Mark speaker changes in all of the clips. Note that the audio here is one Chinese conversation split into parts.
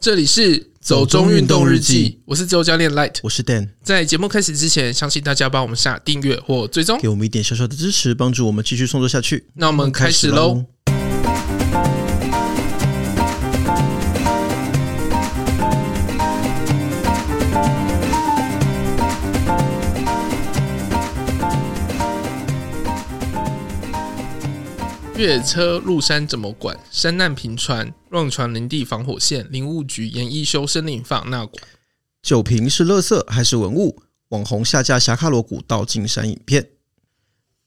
Speaker 1: 这里是走中运动日记，我是自由教练 Light。
Speaker 2: 我是 Dan，
Speaker 1: 在节目开始之前，相信大家帮我们下订阅或追踪。
Speaker 2: 给我们一点小小的支持，帮助我们继续创作下去。
Speaker 1: 那我们开始喽。越野车入山怎么管？山难频传，乱传林地防火线，林务局严一修森林放那管。
Speaker 2: 酒瓶是垃圾还是文物？网红下架侠卡罗古道进山影片。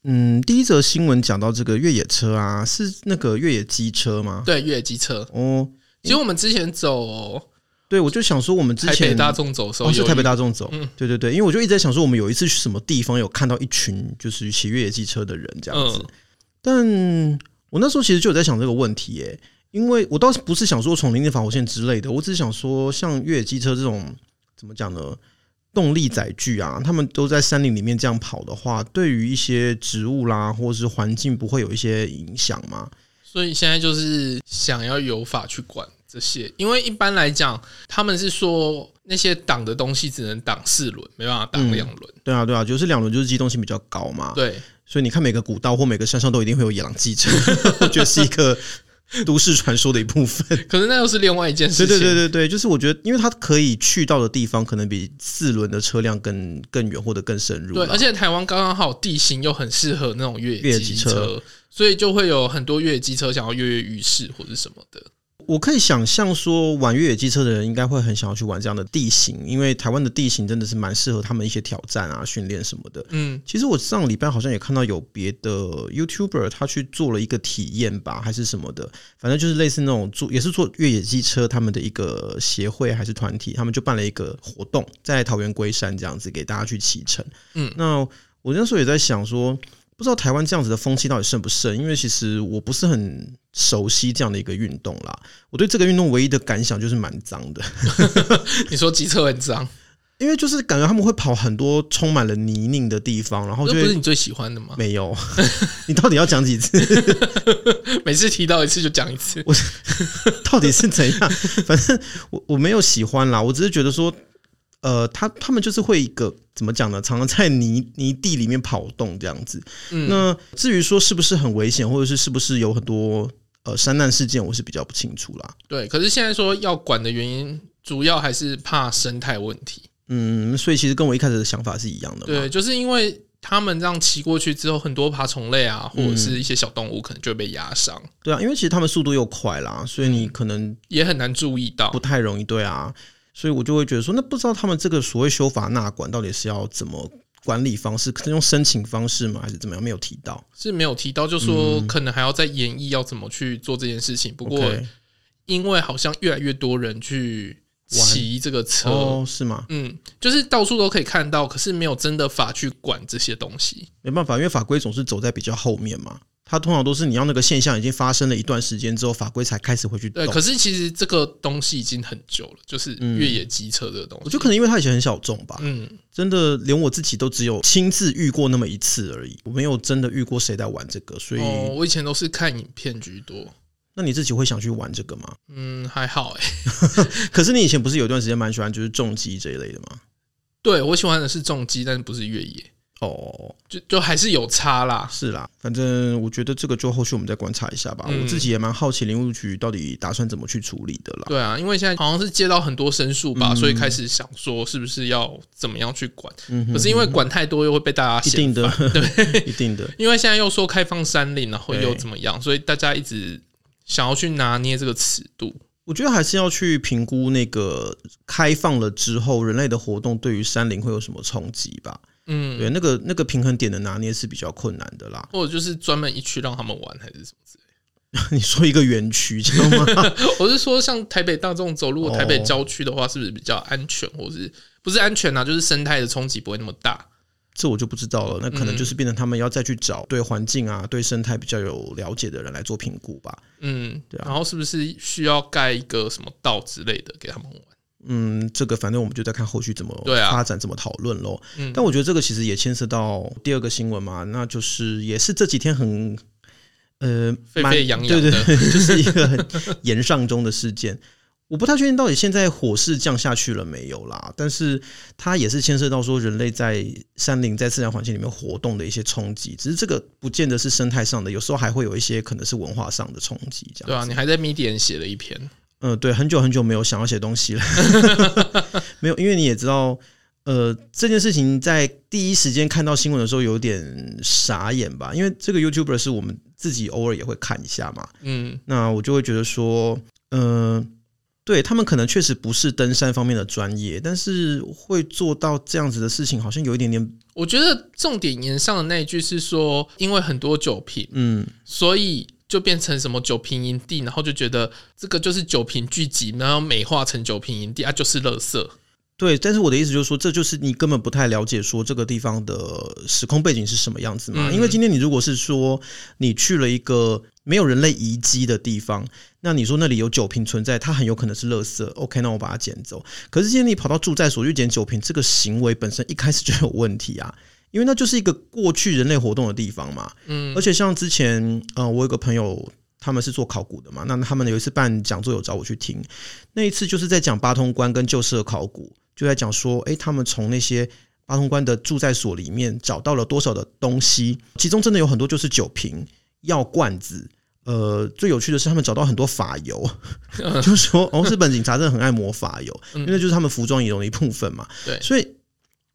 Speaker 2: 嗯，第一则新闻讲到这个越野车啊，是那个越野机车吗？
Speaker 1: 对，越野机车。
Speaker 2: 哦，
Speaker 1: 其实我们之前走
Speaker 2: 对，我就想说我们之
Speaker 1: 台北
Speaker 2: 前
Speaker 1: 大众走的时候
Speaker 2: 哦
Speaker 1: 有一，
Speaker 2: 是台北大众走，
Speaker 1: 嗯
Speaker 2: 对对对，因为我就一直在想说，我们有一次去什么地方有看到一群就是骑越野机车的人这样子，
Speaker 1: 嗯
Speaker 2: 但我那时候其实就有在想这个问题耶、因为我倒是不是想说从零点防火线之类的，我只是想说像越野机车这种怎么讲呢？动力载具啊，他们都在山林里面这样跑的话，对于一些植物啦，或是环境，不会有一些影响吗？
Speaker 1: 所以现在就是想要有法去管这些，因为一般来讲，他们是说那些挡的东西只能挡四轮，没办法挡两轮。
Speaker 2: 对啊，对啊，就是两轮就是机动性比较高嘛。
Speaker 1: 对，
Speaker 2: 所以你看，每个古道或每个山上都一定会有野狼记者， 我觉得是一 个都市传说的一部分。
Speaker 1: 可是那又是另外一件
Speaker 2: 对
Speaker 1: 事情。
Speaker 2: 对对对对，就是我觉得，因为它可以去到的地方，可能比四轮的车辆更更远或者更深入
Speaker 1: 对
Speaker 2: 啦。
Speaker 1: 而且台湾刚刚好地形又很适合那种越野
Speaker 2: 越野
Speaker 1: 机
Speaker 2: 机
Speaker 1: 车，
Speaker 2: 车
Speaker 1: 所以就会有很多越野机车想要跃跃欲试或者什么的。
Speaker 2: 我可以想象说，玩越野机车的人应该会很想要去玩这样的地形，因为台湾的地形真的是蛮适合他们一些挑战啊、训练什么的。
Speaker 1: 嗯，
Speaker 2: 其实我上礼拜好像也看到有别的 YouTuber 他去做了一个体验吧，还是什么的，反正就是类似那种做也是做越野机车他们的一个协会还是团体，他们就办了一个活动，在桃园龟山这样子给大家去骑乘。
Speaker 1: 嗯
Speaker 2: 那我那时候也在想说，不知道台湾这样子的风气到底盛不盛，因为其实我不是很熟悉这样的一个运动啦。我对这个运动唯一的感想就是蛮脏的。
Speaker 1: 你说机车很 脏，
Speaker 2: 因为就是感觉他们会跑很多充满了泥泞的地方，然后
Speaker 1: 这
Speaker 2: 就
Speaker 1: 不
Speaker 2: 会
Speaker 1: 是你最喜欢的吗？
Speaker 2: 没有， 你到底要讲几次？
Speaker 1: 每次提到一次就讲一次。
Speaker 2: 到底是怎 样？反正我我没有喜欢啦，我只是觉得说，呃，他他们就是会一个怎么讲呢？常常在泥泥地里面跑动这样子。
Speaker 1: 嗯
Speaker 2: 那至于说是不是很危险，或者是是不是有很多呃山难事件，我是比较不清楚啦。
Speaker 1: 对，可是现在说要管的原因，主要还是怕生态问题。
Speaker 2: 嗯，所以其实跟我一开始的想法是一样的嘛。
Speaker 1: 对，就是因为他们这样骑过去之后，很多爬虫类啊，或者是一些小动物，可能就会被压伤，
Speaker 2: 对啊，因为其实他们速度又快啦，所以
Speaker 1: 嗯
Speaker 2: 你可能
Speaker 1: 也很难注意到
Speaker 2: 不。太容易，对啊，所以我就会觉得说，那不知道他们这个所谓修法纳管到底是要怎么管理方式，可能用申请方式吗，还是怎么样？没有提到。
Speaker 1: 是没有提到，就说可能还要再演绎要怎么去做这件事情。不过，
Speaker 2: 嗯 OK
Speaker 1: 因为好像越来越多人去骑这个车，
Speaker 2: 哦，是吗？
Speaker 1: 嗯，就是到处都可以看到，可是没有真的法去管这些东西。
Speaker 2: 没办法，因为法规总是走在比较后面嘛。它通常都是你要那个现象已经发生了一段时间之后，法规才开始会去
Speaker 1: 对，
Speaker 2: 动。
Speaker 1: 可是其实这个东西已经很久了，就是越野机车这个东西。
Speaker 2: 我嗯觉得可能因为它以前很小众吧，
Speaker 1: 嗯，
Speaker 2: 真的连我自己都只有亲自遇过那么一次而已，我没有真的遇过谁在玩这个，所以、
Speaker 1: 哦，我以前都是看影片居多。
Speaker 2: 那你自己会想去玩这个吗？
Speaker 1: 嗯，还好哎、
Speaker 2: 可是你以前不是有一段时间蛮喜欢就是重击这一类的吗？
Speaker 1: 对我喜欢的是重机，但是不是越野，
Speaker 2: 哦，
Speaker 1: 就就还是有差啦。
Speaker 2: 是啦，反正我觉得这个就后续我们再观察一下吧。
Speaker 1: 嗯
Speaker 2: 我自己也蛮好奇林务局到底打算怎么去处理的啦。
Speaker 1: 对啊，因为现在好像是接到很多申诉吧，
Speaker 2: 嗯
Speaker 1: 所以开始想说是不是要怎么样去管。
Speaker 2: 嗯哼
Speaker 1: 可是因为管太多又会被大家
Speaker 2: 一
Speaker 1: 嫌
Speaker 2: 定的
Speaker 1: 烦，， 对，
Speaker 2: 一定的。
Speaker 1: 因为现在又说开放山林，然后
Speaker 2: 对
Speaker 1: 又怎么样，所以大家一直想要去拿捏这个尺度。
Speaker 2: 我觉得还是要去评估那个开放了之后，人类的活动对于山林会有什么冲击吧。
Speaker 1: 嗯，
Speaker 2: 对，那个那个平衡点的拿捏是比较困难的啦。
Speaker 1: 或者就是专门一区让他们玩还是什么之类
Speaker 2: 你说一个园区，知道吗？
Speaker 1: 的。我是说，像台北大众走路，
Speaker 2: 哦
Speaker 1: 台北郊区的话，是不是比较安全，或是不是安全啊？就是生态的冲击不会那么大。
Speaker 2: 这我就不知道了。那
Speaker 1: 嗯
Speaker 2: 可能就是变成他们要再去找对环境啊、对生态比较有了解的人来做评估吧。
Speaker 1: 嗯，
Speaker 2: 对啊
Speaker 1: 然后是不是需要盖一个什么道之类的给他们玩？
Speaker 2: 嗯，这个反正我们就在看后续怎么
Speaker 1: 对啊
Speaker 2: 发展、怎么讨论喽。
Speaker 1: 嗯
Speaker 2: 但我觉得这个其实也牵涉到第二个新闻嘛，那就是也是这几天很呃
Speaker 1: 沸
Speaker 2: 蛮
Speaker 1: 沸扬扬
Speaker 2: 对
Speaker 1: 的
Speaker 2: 对，对就是一个很言上中的事件。我不太确定到底现在火势降下去了没有啦，但是它也是牵涉到说人类在山林在自然环境里面活动的一些冲击，只是这个不见得是生态上的，有时候还会有一些可能是文化上的冲击，这样子
Speaker 1: 对啊，你还在 Medium 写了一篇，
Speaker 2: 嗯，对，很久很久没有想要写东西了， 没有，因为你也知道，呃，这件事情在第一时间看到新闻的时候有点傻眼吧，因为这个 YouTuber 是我们自己偶尔也会看一下嘛，
Speaker 1: 嗯，
Speaker 2: 那我就会觉得说，嗯、对他们可能确实不是登山方面的专业，但是会做到这样子的事情，好像有一点点，
Speaker 1: 我觉得重点言上的那一句是说，因为很多酒瓶，
Speaker 2: 嗯，
Speaker 1: 所以就变成什么酒瓶营地，然后就觉得这个就是酒瓶聚集，然后美化成酒瓶营地啊，就是垃圾。
Speaker 2: 对。但是我的意思就是说，这就是你根本不太了解说这个地方的时空背景是什么样子嘛？
Speaker 1: 嗯
Speaker 2: 因为今天你如果是说你去了一个没有人类遗迹的地方，那你说那里有酒瓶存在，它很有可能是垃圾。OK，那我把它捡走。可是今天你跑到住宅所去捡酒瓶，这个行为本身一开始就有问题啊，因为那就是一个过去人类活动的地方嘛。
Speaker 1: 嗯
Speaker 2: 而且像之前，呃，我有个朋友，他们是做考古的嘛，那他们有一次办讲座，有找我去听，那一次就是在讲八通关跟旧社考古，就在讲说，诶，他们从那些八通关的住宅所里面找到了多少的东西，其中真的有很多就是酒瓶、药罐子。呃，最有趣的是，他们找到很多法油，就是说，哦，日本警察真的很爱抹法油，因为那就是他们服装仪容的一部分嘛。
Speaker 1: 对
Speaker 2: 所以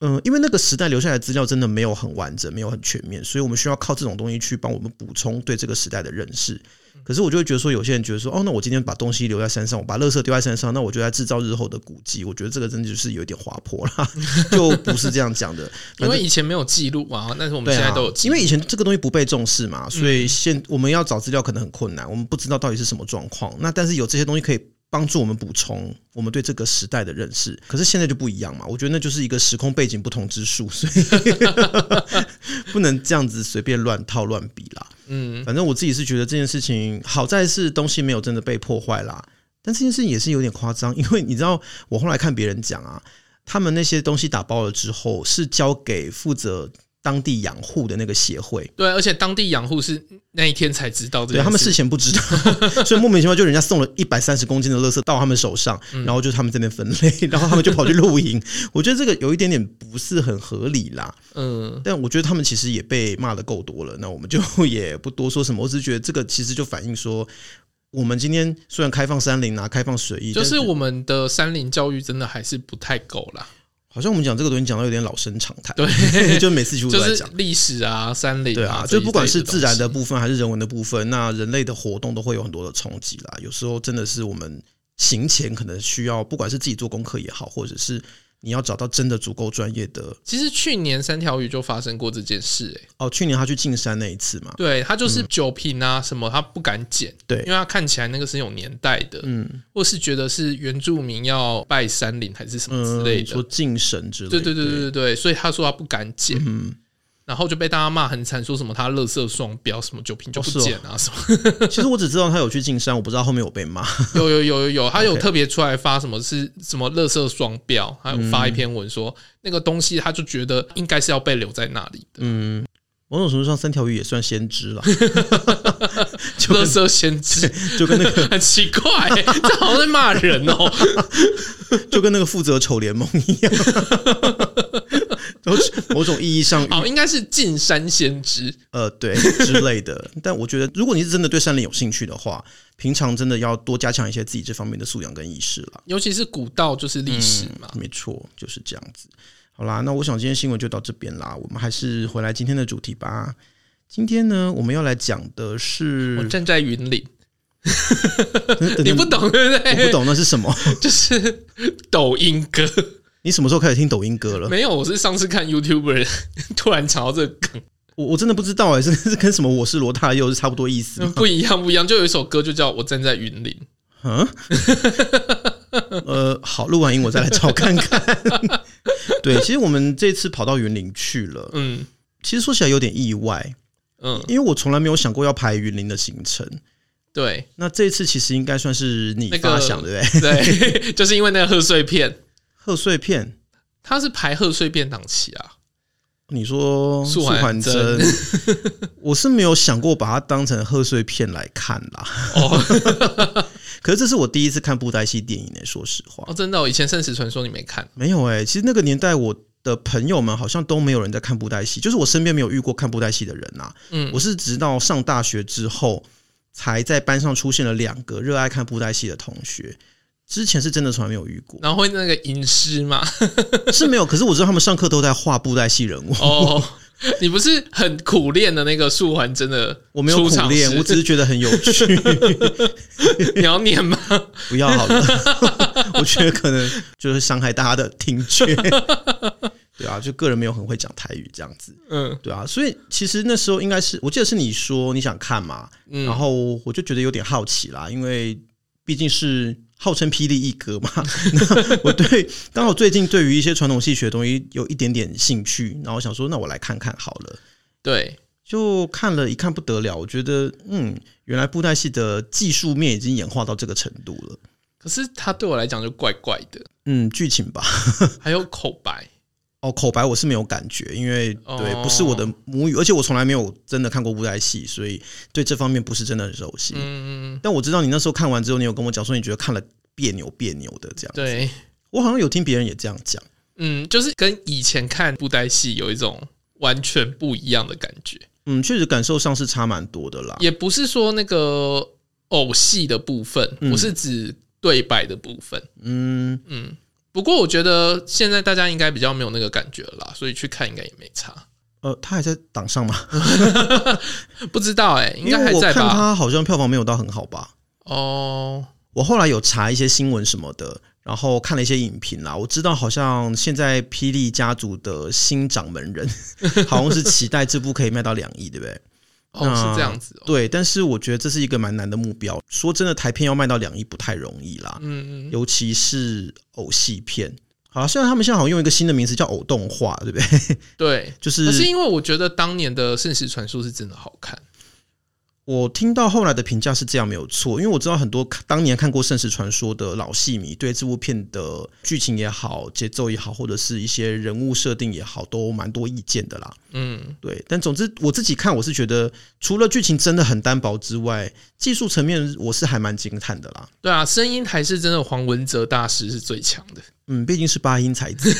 Speaker 2: 嗯，因为那个时代留下来的资料真的没有很完整，没有很全面，所以我们需要靠这种东西去帮我们补充对这个时代的认识。可是我就会觉得说，有些人觉得说，哦，那我今天把东西留在山上，我把垃圾丢在山上，那我就在制造日后的古迹。我觉得这个真的就是有一点滑坡啦， 就不是这样讲的。
Speaker 1: 因
Speaker 2: 反正
Speaker 1: 为以前没有记录啊，但是 我们
Speaker 2: 对
Speaker 1: 现在
Speaker 2: 啊
Speaker 1: 都有，嗯记
Speaker 2: 因
Speaker 1: 录。
Speaker 2: 为以前这个东西不被重视嘛，所以现我们要找资料可能很困难，我们不知道到底是什么状况。那但是有这些东西可以帮助我们补充我们对这个时代的认识。可是现在就不一样嘛，我觉得那就是一个时空背景不同之数，所以 不能这样子随便乱套乱比啦。
Speaker 1: 嗯，
Speaker 2: 反正我自己是觉得这件事情好在是东西没有真的被破坏啦，但这件事情也是有点夸张，因为你知道我后来看别人讲啊，他们那些东西打包了之后是交给负责当地养护的那个协会。
Speaker 1: 对，而且当地养护是那一天才知道这
Speaker 2: 对，
Speaker 1: 件
Speaker 2: 他们
Speaker 1: 事
Speaker 2: 事前不知道， 所以莫名其妙就人家送了一百三十公斤的垃圾到他们手上，然后就他们这边分类，然后他们就跑去露营。我觉得这个有一点点不是很合理啦。
Speaker 1: 嗯，
Speaker 2: 但我觉得他们其实也被骂的够多了，那我们就 也不多说什么。我只是觉得这个其实就反映说，我们今天虽然开放山林啊，开放水域，
Speaker 1: 就
Speaker 2: 但
Speaker 1: 是我们的山林教育真的还是不太够 啦，
Speaker 2: 好像我们讲这个东西讲到有点老生常谈，
Speaker 1: 对，
Speaker 2: 就每次几乎 都
Speaker 1: 就
Speaker 2: 在
Speaker 1: 是
Speaker 2: 讲。
Speaker 1: 历史啊、山林
Speaker 2: 对啊，就不管是自然的
Speaker 1: 这一类东西
Speaker 2: 部分还是人文的部分，那人类的活动都会有很多的冲击啦。有时候真的是我们行前可能需要，不管是自己做功课也好，或者是你要找到真的足够专业的。
Speaker 1: 其实去年三条鱼就发生过这件事、欸，
Speaker 2: 哦，去年他去进山那一次嘛，
Speaker 1: 对，它就是酒瓶啊什么，它不敢捡，因
Speaker 2: 对，
Speaker 1: 为它看起来那个是有年代的，
Speaker 2: 嗯
Speaker 1: 或是觉得是原住民要拜山林还是什么之
Speaker 2: 嗯，
Speaker 1: 类
Speaker 2: 你
Speaker 1: 的。
Speaker 2: 说进神之类
Speaker 1: 对
Speaker 2: 的，
Speaker 1: 对对对对对，所以他说他不敢捡，
Speaker 2: 嗯，
Speaker 1: 然后就被大家骂很惨，说什么他垃圾双标，什么酒瓶就不
Speaker 2: 哦是哦
Speaker 1: 捡啊，什么
Speaker 2: 其实我只知道他有去进山，我不知道后面有被骂。
Speaker 1: 有有有有有， 他有
Speaker 2: OK
Speaker 1: 特别出来发什么是什么垃圾双标，还有发一篇文说那个东西他就觉得应该是要被留在那里的，
Speaker 2: 嗯，某种程度上，三条鱼也算先知了，就
Speaker 1: 垃
Speaker 2: 跟
Speaker 1: 圾先 知，
Speaker 2: 就跟那个
Speaker 1: 很奇怪、欸，这好像在骂人哦、
Speaker 2: 就跟那个负责丑联盟一样， 然后某种意义上，
Speaker 1: 好，应该是进山先知，
Speaker 2: 呃，对之类的。但我觉得，如果你是真的对山林有兴趣的话，平常真的要多加强一些自己这方面的素养跟意识了。
Speaker 1: 尤其是古道就是历史嘛，
Speaker 2: 没错，就是这样子。好啦，那我想今天新闻就到这边啦，我们还是回来今天的主题吧。今天呢，我们要来讲的是
Speaker 1: 我，站在云岭，你
Speaker 2: 你
Speaker 1: 不，懂对嗯不
Speaker 2: 我
Speaker 1: 对？
Speaker 2: 不懂那是什么。
Speaker 1: 就是抖音歌。
Speaker 2: 你什么时候开始听抖音歌了？
Speaker 1: 没有，我是上次看 YouTuber 突然想到这个梗，
Speaker 2: 我 我真的不知道哎、是是跟什么我是罗大佑是差不多意思吗？
Speaker 1: 不一样，不一样。就有一首歌就叫《我站在云岭》，
Speaker 2: 嗯， 呃，好，录完音我再来找看看。对，其实我们这次跑到云林去了，
Speaker 1: 嗯
Speaker 2: 其实说起来有点意外，
Speaker 1: 嗯，
Speaker 2: 因为我从来没有想过要排云林的行程。
Speaker 1: 对
Speaker 2: 那这次其实应该算是你
Speaker 1: 那个
Speaker 2: 发想对不对？
Speaker 1: 对， 就是因为那个贺岁片，
Speaker 2: 贺岁片，
Speaker 1: 它是排贺岁片档期啊，
Speaker 2: 你说
Speaker 1: 素还
Speaker 2: 还
Speaker 1: 真
Speaker 2: 真， 我是没有想过把它当成贺岁片来看啦。
Speaker 1: 哦，
Speaker 2: 可是这是我第一次看布袋戏电影诶、说实话
Speaker 1: 哦，，真的哦、以前《圣石传说》你没看，
Speaker 2: 没有诶、其实那个年代我的朋友们好像都没有人在看布袋戏，就是我身边没有遇过看布袋戏的人啊。
Speaker 1: 嗯
Speaker 2: 我是直到上大学之后，才在班上出现了两个热爱看布袋戏的同学。之前是真的从来没有遇过，
Speaker 1: 然后会那个吟诗嘛？
Speaker 2: 是没有。可是我知道他们上课都在画布袋戏人物，
Speaker 1: 哦， 你不是很苦练的那个素还真的，
Speaker 2: 我没有苦练，我只是觉得很有趣。
Speaker 1: 你要念吗？
Speaker 2: 不要好了， 我觉得可能就是伤害大家的听觉。对啊，就个人没有很会讲台语这样子，
Speaker 1: 嗯
Speaker 2: 对啊，所以其实那时候应该是，我记得是你说你想看嘛，
Speaker 1: 嗯，
Speaker 2: 然后我就觉得有点好奇啦，因为毕竟是号称霹雳一哥嘛， 那我对刚好最近对于一些传统戏曲的东西有一点点兴趣，然后想说那我来看看好了。
Speaker 1: 对，
Speaker 2: 就看了一看不得了，我觉得嗯，原来布袋戏的技术面已经演化到这个程度了。
Speaker 1: 可是它对我来讲就怪怪的，
Speaker 2: 嗯，剧情吧，
Speaker 1: 还有口白，
Speaker 2: 哦，口白我是没有感觉，因为
Speaker 1: 哦
Speaker 2: 对、不是我的母语，而且我从来没有真的看过布袋戏，所以对这方面不是真的很熟悉。
Speaker 1: 嗯，
Speaker 2: 但我知道你那时候看完之后，你有跟我讲说你觉得看了别扭别扭的这样。
Speaker 1: 对，
Speaker 2: 我好像有听别人也这样讲，
Speaker 1: 嗯，就是跟以前看布袋戏有一种完全不一样的感觉，
Speaker 2: 嗯，确实感受上是差蛮多的啦。
Speaker 1: 也不是说那个偶戏的部分，
Speaker 2: 嗯
Speaker 1: 我是指对白的部分，
Speaker 2: 嗯，
Speaker 1: 嗯。不过我觉得现在大家应该比较没有那个感觉了啦，所以去看应该也没差。
Speaker 2: 呃，他还在档上吗？
Speaker 1: 不知道哎、应
Speaker 2: 因
Speaker 1: 该
Speaker 2: 为
Speaker 1: 还
Speaker 2: 我
Speaker 1: 在
Speaker 2: 看
Speaker 1: 吧？
Speaker 2: 他好像票房没有到很好吧。
Speaker 1: 哦，
Speaker 2: 我后来有查一些新闻什么的，然后看了一些影评啦。我知道好像现在霹雳家族的新掌门人 好像是期待这部可以卖到两亿，对不对？
Speaker 1: 哦，
Speaker 2: 嗯
Speaker 1: 是这样子、哦。
Speaker 2: 对，但是我觉得这是一个蛮难的目标。说真的，台片要卖到两亿不太容易啦，
Speaker 1: 嗯，嗯
Speaker 2: 尤其是偶戏片。好，虽然他们现在好像用一个新的名词叫偶动画，对不 对？
Speaker 1: 对。
Speaker 2: 就
Speaker 1: 可是
Speaker 2: 是
Speaker 1: 因为我觉得当年的《圣石传说》是真的好看，
Speaker 2: 我听到后来的评价是这样，没有错。因为我知道很多看当年看过《盛世传说》的老戏迷，对这部片的剧情也好、节奏也好，或者是一些人物设定也好，都蛮多意见的啦。
Speaker 1: 嗯，
Speaker 2: 对，但总之我自己看，我是觉得除了剧情真的很单薄之外，技术层面我是还蛮惊叹的啦。
Speaker 1: 对啊，声音还是真的黄文哲大师是最强的，
Speaker 2: 嗯，毕竟是八音才子，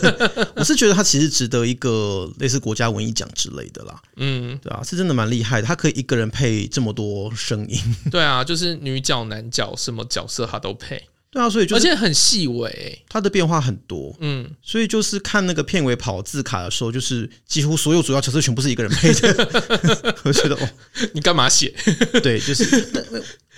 Speaker 2: 我是觉得他其实值得一个类似国家文艺奖之类的啦，
Speaker 1: 嗯，
Speaker 2: 对啊，是真的蛮厉害的，他可以一个人配这么多声音，
Speaker 1: 对啊，就是女角、男角什么角色他都配，
Speaker 2: 对啊，所以就
Speaker 1: 而
Speaker 2: 是
Speaker 1: 且很细微、
Speaker 2: 他的变化很多，
Speaker 1: 嗯，
Speaker 2: 所以就是看那个片尾跑字卡的时候，就是几乎所有主要角色全部是一个人配的， 我觉得哦，
Speaker 1: 你干嘛写？
Speaker 2: 对，就是。但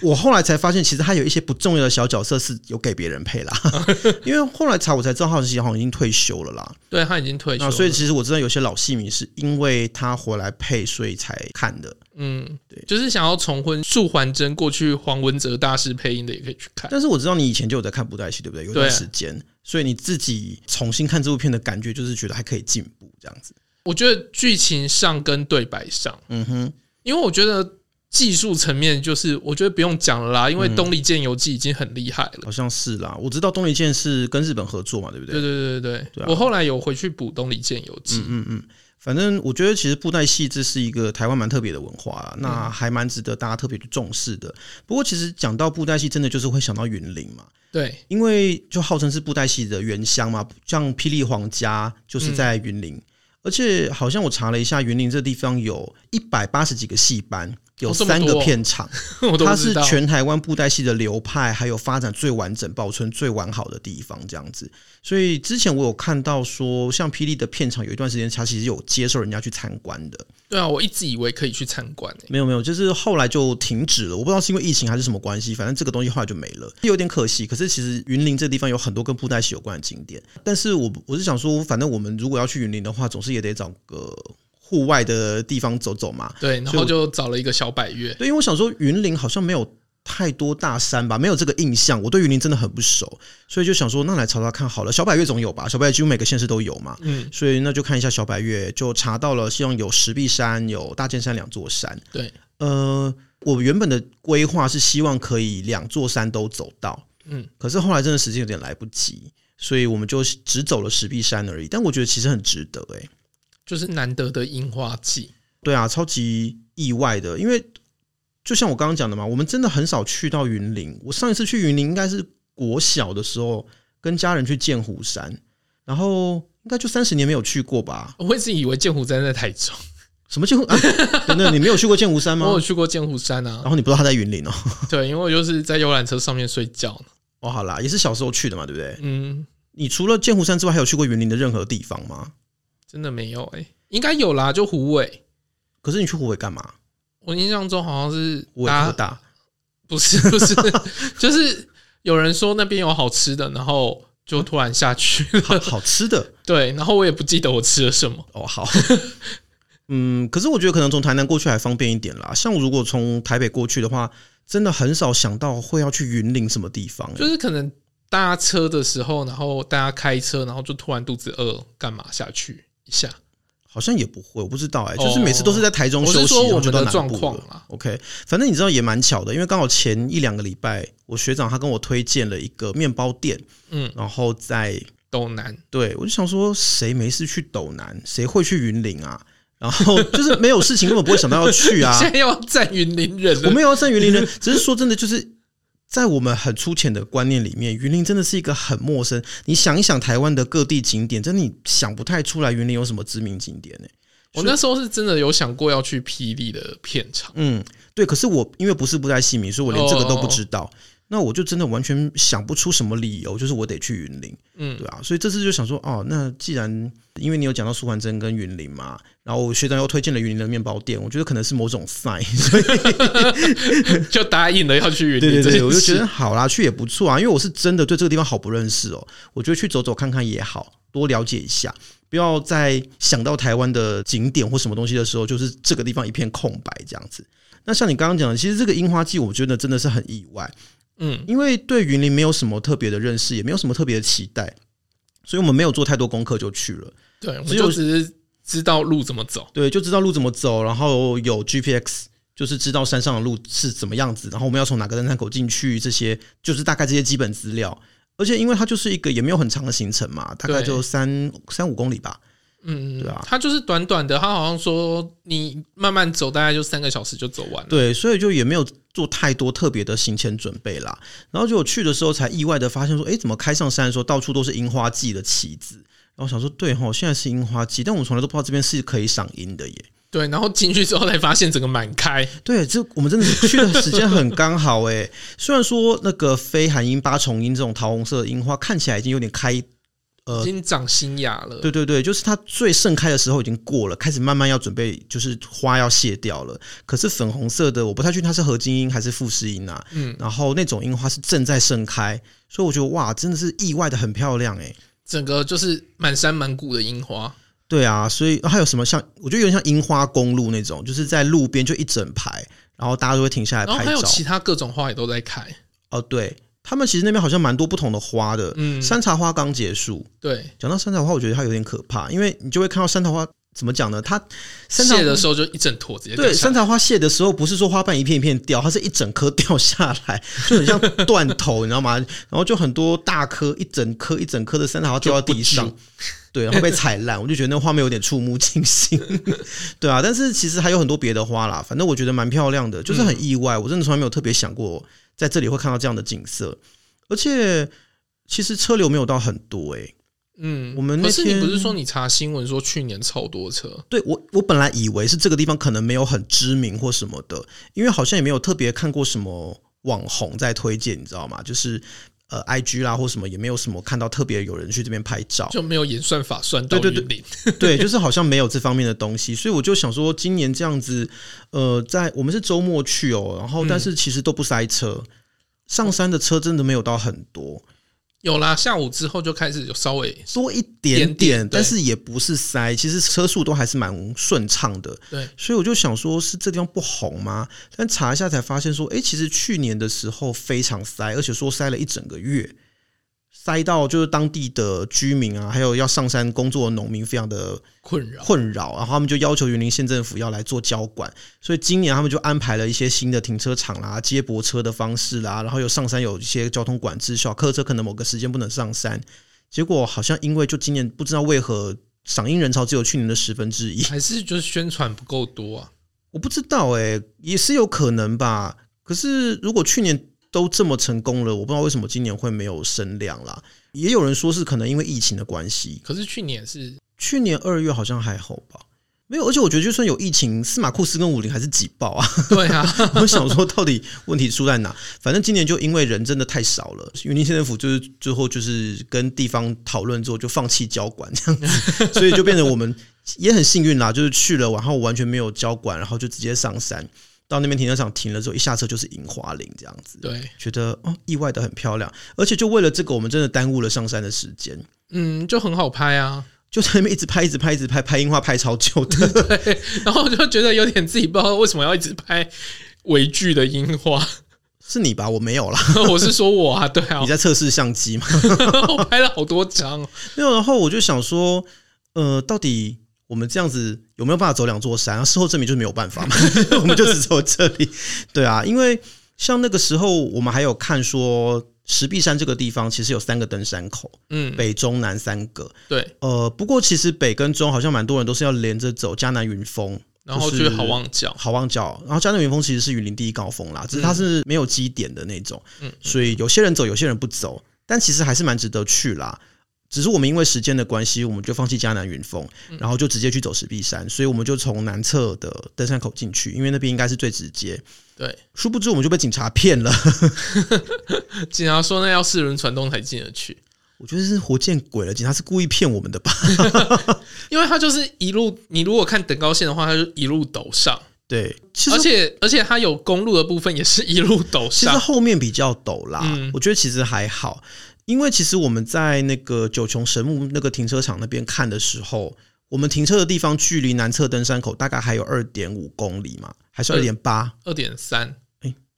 Speaker 2: 我后来才发现，其实他有一些不重要的小角色是有给别人配啦， 因为后来查我才知道，他其实好像已经退休了啦。
Speaker 1: 对他已经退休
Speaker 2: 那
Speaker 1: 了，
Speaker 2: 所以其实我知道有些老戏迷是因为他回来配，所以才看的。
Speaker 1: 嗯，就是想要重温素还真过去黄文哲大师配音的也可以去看，
Speaker 2: 但是我知道你以前就有在看布袋戏，对不对？有一段
Speaker 1: 对
Speaker 2: 时间，所以你自己重新看这部片的感觉，就是觉得还可以进步这样子。
Speaker 1: 我觉得剧情上跟对白上。
Speaker 2: 嗯哼，
Speaker 1: 因为我觉得技术层面就是我觉得不用讲了啦，因为《东里剑游记》已经很厉害了。
Speaker 2: 好像是啦。我知道东离健是跟日本合作嘛，对不
Speaker 1: 对
Speaker 2: 对？
Speaker 1: 对对对
Speaker 2: 对
Speaker 1: 对，
Speaker 2: 啊
Speaker 1: 我后来有回去补《东里剑游记》
Speaker 2: 嗯嗯。反正我觉得，其实布袋戏这是一个台湾蛮特别的文化啦，那还蛮值得大家特别去重视的。不过，其实讲到布袋戏，真的就是会想到云林嘛，
Speaker 1: 对，
Speaker 2: 因为就号称是布袋戏的原乡嘛，像霹雳皇家
Speaker 1: 嗯
Speaker 2: 就是在云林，而且好像我查了一下，云林这地方有一百八十几个戏班，有
Speaker 1: 哦这么
Speaker 2: 三个
Speaker 1: 多
Speaker 2: 片场，
Speaker 1: 我都
Speaker 2: 它
Speaker 1: 不
Speaker 2: 是
Speaker 1: 知道。
Speaker 2: 全台湾布袋戏的流派，还有发展最完整、保存最完好的地方，这样子。所以之前我有看到说，像霹雳的片场有一段时间，它其实有接受人家去参观的，
Speaker 1: 对啊，我一直以为可以去参观欸诶、
Speaker 2: 没有没有，就是后来就停止了。我不知道是因为疫情还是什么关系，反正这个东西后来就没了，有点可惜。可是其实云林这地方有很多跟布袋戏有关的景点，但是我我是想说，反正我们如果要去云林的话，总是也得找个户外的地方走走嘛。
Speaker 1: 对，然
Speaker 2: 所以
Speaker 1: 后
Speaker 2: 我
Speaker 1: 就找了一个小百月。
Speaker 2: 对，因为我想说云林好像没有太多大山吧，没有这个印象。我对云林真的很不熟，所以就想说那来查查看好了。小百越总有吧？小百越几乎每个县市都有嘛，
Speaker 1: 嗯，
Speaker 2: 所以那就看一下小百越，就查到了，希望有石壁山、有大剑山两座山。
Speaker 1: 对，
Speaker 2: 呃，我原本的规划是希望可以两座山都走到，
Speaker 1: 嗯，
Speaker 2: 可是后来真的时间有点来不及。所以我们就只走了石壁山而已，但我觉得其实很值得欸诶、
Speaker 1: 就是难得的樱花季。
Speaker 2: 对啊，超级意外的，因为就像我刚刚讲的嘛，我们真的很少去到云林。我上一次去云林应该是国小的时候，跟家人去剑湖山，然后应该就三十年没有去过吧？
Speaker 1: 我一直以为剑湖山在台中，
Speaker 2: 什么剑湖？ 啊、等等，你没有去过剑湖山
Speaker 1: 我
Speaker 2: 吗
Speaker 1: 有？去过剑湖山啊
Speaker 2: 然。后你不知道它在云林哦。
Speaker 1: 对，因为我就是在游览车上面睡觉呢。
Speaker 2: 哦，好啦，也是小时候去的嘛，对不对？
Speaker 1: 嗯，
Speaker 2: 你除了剑湖山之外，还有去过云林的任何地方吗？
Speaker 1: 真的没有哎、应该有啦，就虎尾。
Speaker 2: 可是你去湖北干嘛？
Speaker 1: 我印象中好像是
Speaker 2: 湖北
Speaker 1: 搭
Speaker 2: 多大？
Speaker 1: 不是不是， 就是有人说那边有好吃的，然后就突然下去
Speaker 2: 好
Speaker 1: 了。
Speaker 2: 好吃的
Speaker 1: 对，然后我也不记得我吃了什么。
Speaker 2: 哦，好。 嗯，可是我觉得可能从台南过去还方便一点啦。像如果从台北过去的话，真的很少想到会要去云林什么地方、欸
Speaker 1: 就是可能搭车的时候，然后大家开车，然后就突然肚子饿，干嘛下去一下？
Speaker 2: 好像也不会，我不知道哎、
Speaker 1: 哦
Speaker 2: 就是每次都是在台中
Speaker 1: 我
Speaker 2: 休
Speaker 1: 是
Speaker 2: 息，
Speaker 1: 说
Speaker 2: 然
Speaker 1: 我
Speaker 2: 后
Speaker 1: 们
Speaker 2: 就到
Speaker 1: 的
Speaker 2: 南
Speaker 1: 状
Speaker 2: 部
Speaker 1: 况
Speaker 2: 了
Speaker 1: 啊，
Speaker 2: OK，反正你知道也蛮巧的，因为刚好前一两个礼拜，我学长他跟我推荐了一个面包店，
Speaker 1: 嗯，
Speaker 2: 然后在
Speaker 1: 都难。。
Speaker 2: 对我就想说，谁没事去斗南，谁会去云林啊？然后就是没有事情，根本不会想到要去 啊
Speaker 1: 现在要占云林人
Speaker 2: 我
Speaker 1: 了，
Speaker 2: 没有要站云林人，只是说真的，就是在我们很粗浅的观念里面，云林真的是一个很陌生。你想一想，台湾的各地景点，真的你想不太出来云林有什么知名景点呢、
Speaker 1: 我那时候是真的有想过要去霹雳的片场，
Speaker 2: 嗯，对。可是我因为不是布袋戏迷，所以我连这个都不知道。那我就真的完全想不出什么理由，就是我得去云林，
Speaker 1: 嗯
Speaker 2: 对啊，所以这次就想说，哦，那既然因为你有讲到苏环真跟云林嘛，然后我学长又推荐了云林的面包店，我觉得可能是某种 sign，所 以
Speaker 1: 嗯就答应了要去云
Speaker 2: 对
Speaker 1: 林这
Speaker 2: 对
Speaker 1: 件事。
Speaker 2: 对，我就觉得好啦，去也不错啊，因为我是真的对这个地方好不认识哦，我觉得去走走看看也好，多了解一下，不要在想到台湾的景点或什么东西的时候，就是这个地方一片空白这样子。那像你刚刚讲的，其实这个樱花季，我觉得真的是很意外，
Speaker 1: 嗯，
Speaker 2: 因为对云林没有什么特别的认识，也没有什么特别的期待，所以我们没有做太多功课就去了。
Speaker 1: 对，我
Speaker 2: 只有
Speaker 1: 就只是知道路怎么走。
Speaker 2: 对，就知道路怎么走，然后有 GPX，就是知道山上的路是怎么样子，然后我们要从哪个登山口进去，这些就是大概这些基本资料。而且因为它就是一个也没有很长的行程嘛，大概
Speaker 1: 对
Speaker 2: 就三三五公里吧。
Speaker 1: 嗯，
Speaker 2: 对啊
Speaker 1: 它就是短短的，它好像说你慢慢走，大概就三个小时就走完了。
Speaker 2: 对，所以就也没有做太多特别的行前准备啦。然后就我去的时候才意外的发现说，诶，怎么开上山的时候到处都是樱花季的旗子？然后想说，对吼，现在是樱花季，但我从来都不知道这边是可以赏樱的耶。
Speaker 1: 对，然后进去之后才发现整个满开，
Speaker 2: 对，这我们真的是去的时间很刚好哎、虽然说那个非含樱、八重樱这种桃红色的樱花看起来已经有点开，
Speaker 1: 已经长新芽了。
Speaker 2: 呃对对对，就是它最盛开的时候已经过了，开始慢慢要准备，就是花要谢掉了。可是粉红色的，我不太确定它是合金樱还是富士樱啊。
Speaker 1: 嗯，
Speaker 2: 然后那种樱花是正在盛开，所以我觉得哇，真的是意外的很漂亮哎、
Speaker 1: 整个就是满山满谷的樱花。
Speaker 2: 对啊，所以还有什么像，我觉得有点像樱花公路那种，就是在路边就一整排，然后大家都会停下来
Speaker 1: 然后
Speaker 2: 拍
Speaker 1: 还有
Speaker 2: 照。
Speaker 1: 其他各种花也都在开。
Speaker 2: 哦，对他们其实那边好像蛮多不同的花的。
Speaker 1: 嗯，
Speaker 2: 山茶花刚结束，
Speaker 1: 对，
Speaker 2: 讲到山茶花，我觉得它有点可怕，因为你就会看到山茶花怎么讲呢？它山茶
Speaker 1: 谢的时候就一整坨直接
Speaker 2: 对
Speaker 1: 掉下
Speaker 2: 山
Speaker 1: 来
Speaker 2: 茶花谢的时候，不是说花瓣一片一片掉，它是一整颗掉下 来，就很像断头，你知道吗？然后就很多大颗，一整颗一整颗的山茶花掉到地上
Speaker 1: 就不。
Speaker 2: 对，然后被踩烂，我就觉得那画面有点触目惊心， 对啊。但是其实还有很多别的花啦，反正我觉得蛮漂亮的，就是很意外，我真的从来没有特别想过在这里会看到这样的景色，而且其实车流没有到很多诶、
Speaker 1: 嗯，
Speaker 2: 我呃们那
Speaker 1: 可是你
Speaker 2: 天哦
Speaker 1: 不是说你查新闻说去年超多车？
Speaker 2: 对我，我本来以为是这个地方可能没有很知名或什么的，因为好像也没有特别看过什么网红在推荐，你知道吗？就是呃，IG 啦或什么，也没有什么看到特别有人去这边拍照。
Speaker 1: 就没有演算法算到
Speaker 2: 对
Speaker 1: 云
Speaker 2: 对
Speaker 1: 林，
Speaker 2: 对，就是好像没有这方面的东西，所以我就想说，今年这样子，呃，在我们是周末去哦，然后但是其实都不塞车，上山的车真的没有到很多，
Speaker 1: 有啦。下午之后就开始有稍微
Speaker 2: 多一点
Speaker 1: 点点
Speaker 2: 点，
Speaker 1: 对
Speaker 2: 但是也不是塞，其实车速都还是蛮顺畅的，
Speaker 1: 对，
Speaker 2: 所以我就想说，是这地方不红吗？但查一下才发现说，诶，其实去年的时候非常塞，而且说塞了一整个月。塞到就是当地的居民啊，还有要上山工作的农民，非常的
Speaker 1: 困扰。
Speaker 2: 困扰，然后他们就要求云林县政府要来做交管，所以今年他们就安排了一些新的停车场啦、接驳车的方式啦，然后有上山有一些交通管制，小客车可能某个时间不能上山。结果好像因为就今年不知道为何赏樱人潮只有去年的十分之一，
Speaker 1: 还是就是宣传不够多啊，
Speaker 2: 我不知道哎、也是有可能吧。可是如果去年都这么成功了，我不知道为什么今年会没有声量啦。也有人说是可能因为疫情的关系，
Speaker 1: 可是去年是
Speaker 2: 去年二月好像还好吧。没有，而且我觉得就算有疫情，司马库斯跟五零还是挤爆啊！
Speaker 1: 对啊，
Speaker 2: 我想说，到底问题出在哪？反正今年就因为人真的太少了，云林县政府就是最后就是跟地方讨论之后就放弃交管这样子， 所以就变成我们也很幸运啦，就是去了，然后完全没有交管，然后就直接上山，到那边停车场停了之后，一下车就是银花林这样子，
Speaker 1: 对，
Speaker 2: 觉得哦意外的很漂亮，而且就为了这个，我们真的耽误了上山的时间。
Speaker 1: 嗯，就很好拍啊。
Speaker 2: 就在那边一直拍，一直拍，一直拍，拍樱花拍超久的，
Speaker 1: 然后我就觉得有点自己不知道为什么要一直拍微距的樱花。
Speaker 2: 是你吧？我没有啦，
Speaker 1: 我是说我啊，对啊
Speaker 2: 你，在测试相机吗？
Speaker 1: 我拍了好多张哦。
Speaker 2: 没有，然后我就想说，呃，到底我们这样子有没有办法走两座山？啊事后证明就是没有办法嘛， 我们就只走这里。对啊，因为像那个时候我们还有看说。石壁山这个地方其实有三个登山口，
Speaker 1: 嗯，
Speaker 2: 北、中、南三个。
Speaker 1: 对，
Speaker 2: 呃，不过其实北跟中好像蛮多人都是要连着走嘉南云峰、
Speaker 1: 然后
Speaker 2: 就
Speaker 1: 去
Speaker 2: 是
Speaker 1: 好望角，
Speaker 2: 好望角，然后嘉南云峰其实是云林第一高峰啦，只是它是没有基点的那种，
Speaker 1: 嗯
Speaker 2: 所以有些人走，有些人不走，但其实还是蛮值得去啦。只是我们因为时间的关系，我们就放弃嘉南云峰，
Speaker 1: 嗯
Speaker 2: 然后就直接去走石壁山，所以我们就从南侧的登山口进去，因为那边应该是最直接。
Speaker 1: 对，
Speaker 2: 殊不知我们就被警察骗了，
Speaker 1: 警察说那要四轮传动才进得去，
Speaker 2: 我觉得是活见鬼了，警察是故意骗我们的吧？
Speaker 1: 因为它就是一路，你如果看等高线的话，它就一路陡上，
Speaker 2: 对，其实
Speaker 1: 而且而且它有公路的部分也是一路陡
Speaker 2: 其实
Speaker 1: 上，
Speaker 2: 后面比较陡啦，
Speaker 1: 嗯
Speaker 2: 我觉得其实还好，因为其实我们在那个九琼神木那个停车场那边看的时候，我们停车的地方距离南侧登山口大概还有二点五公里嘛，还是二
Speaker 1: 对
Speaker 2: 点八？
Speaker 1: 二点 三，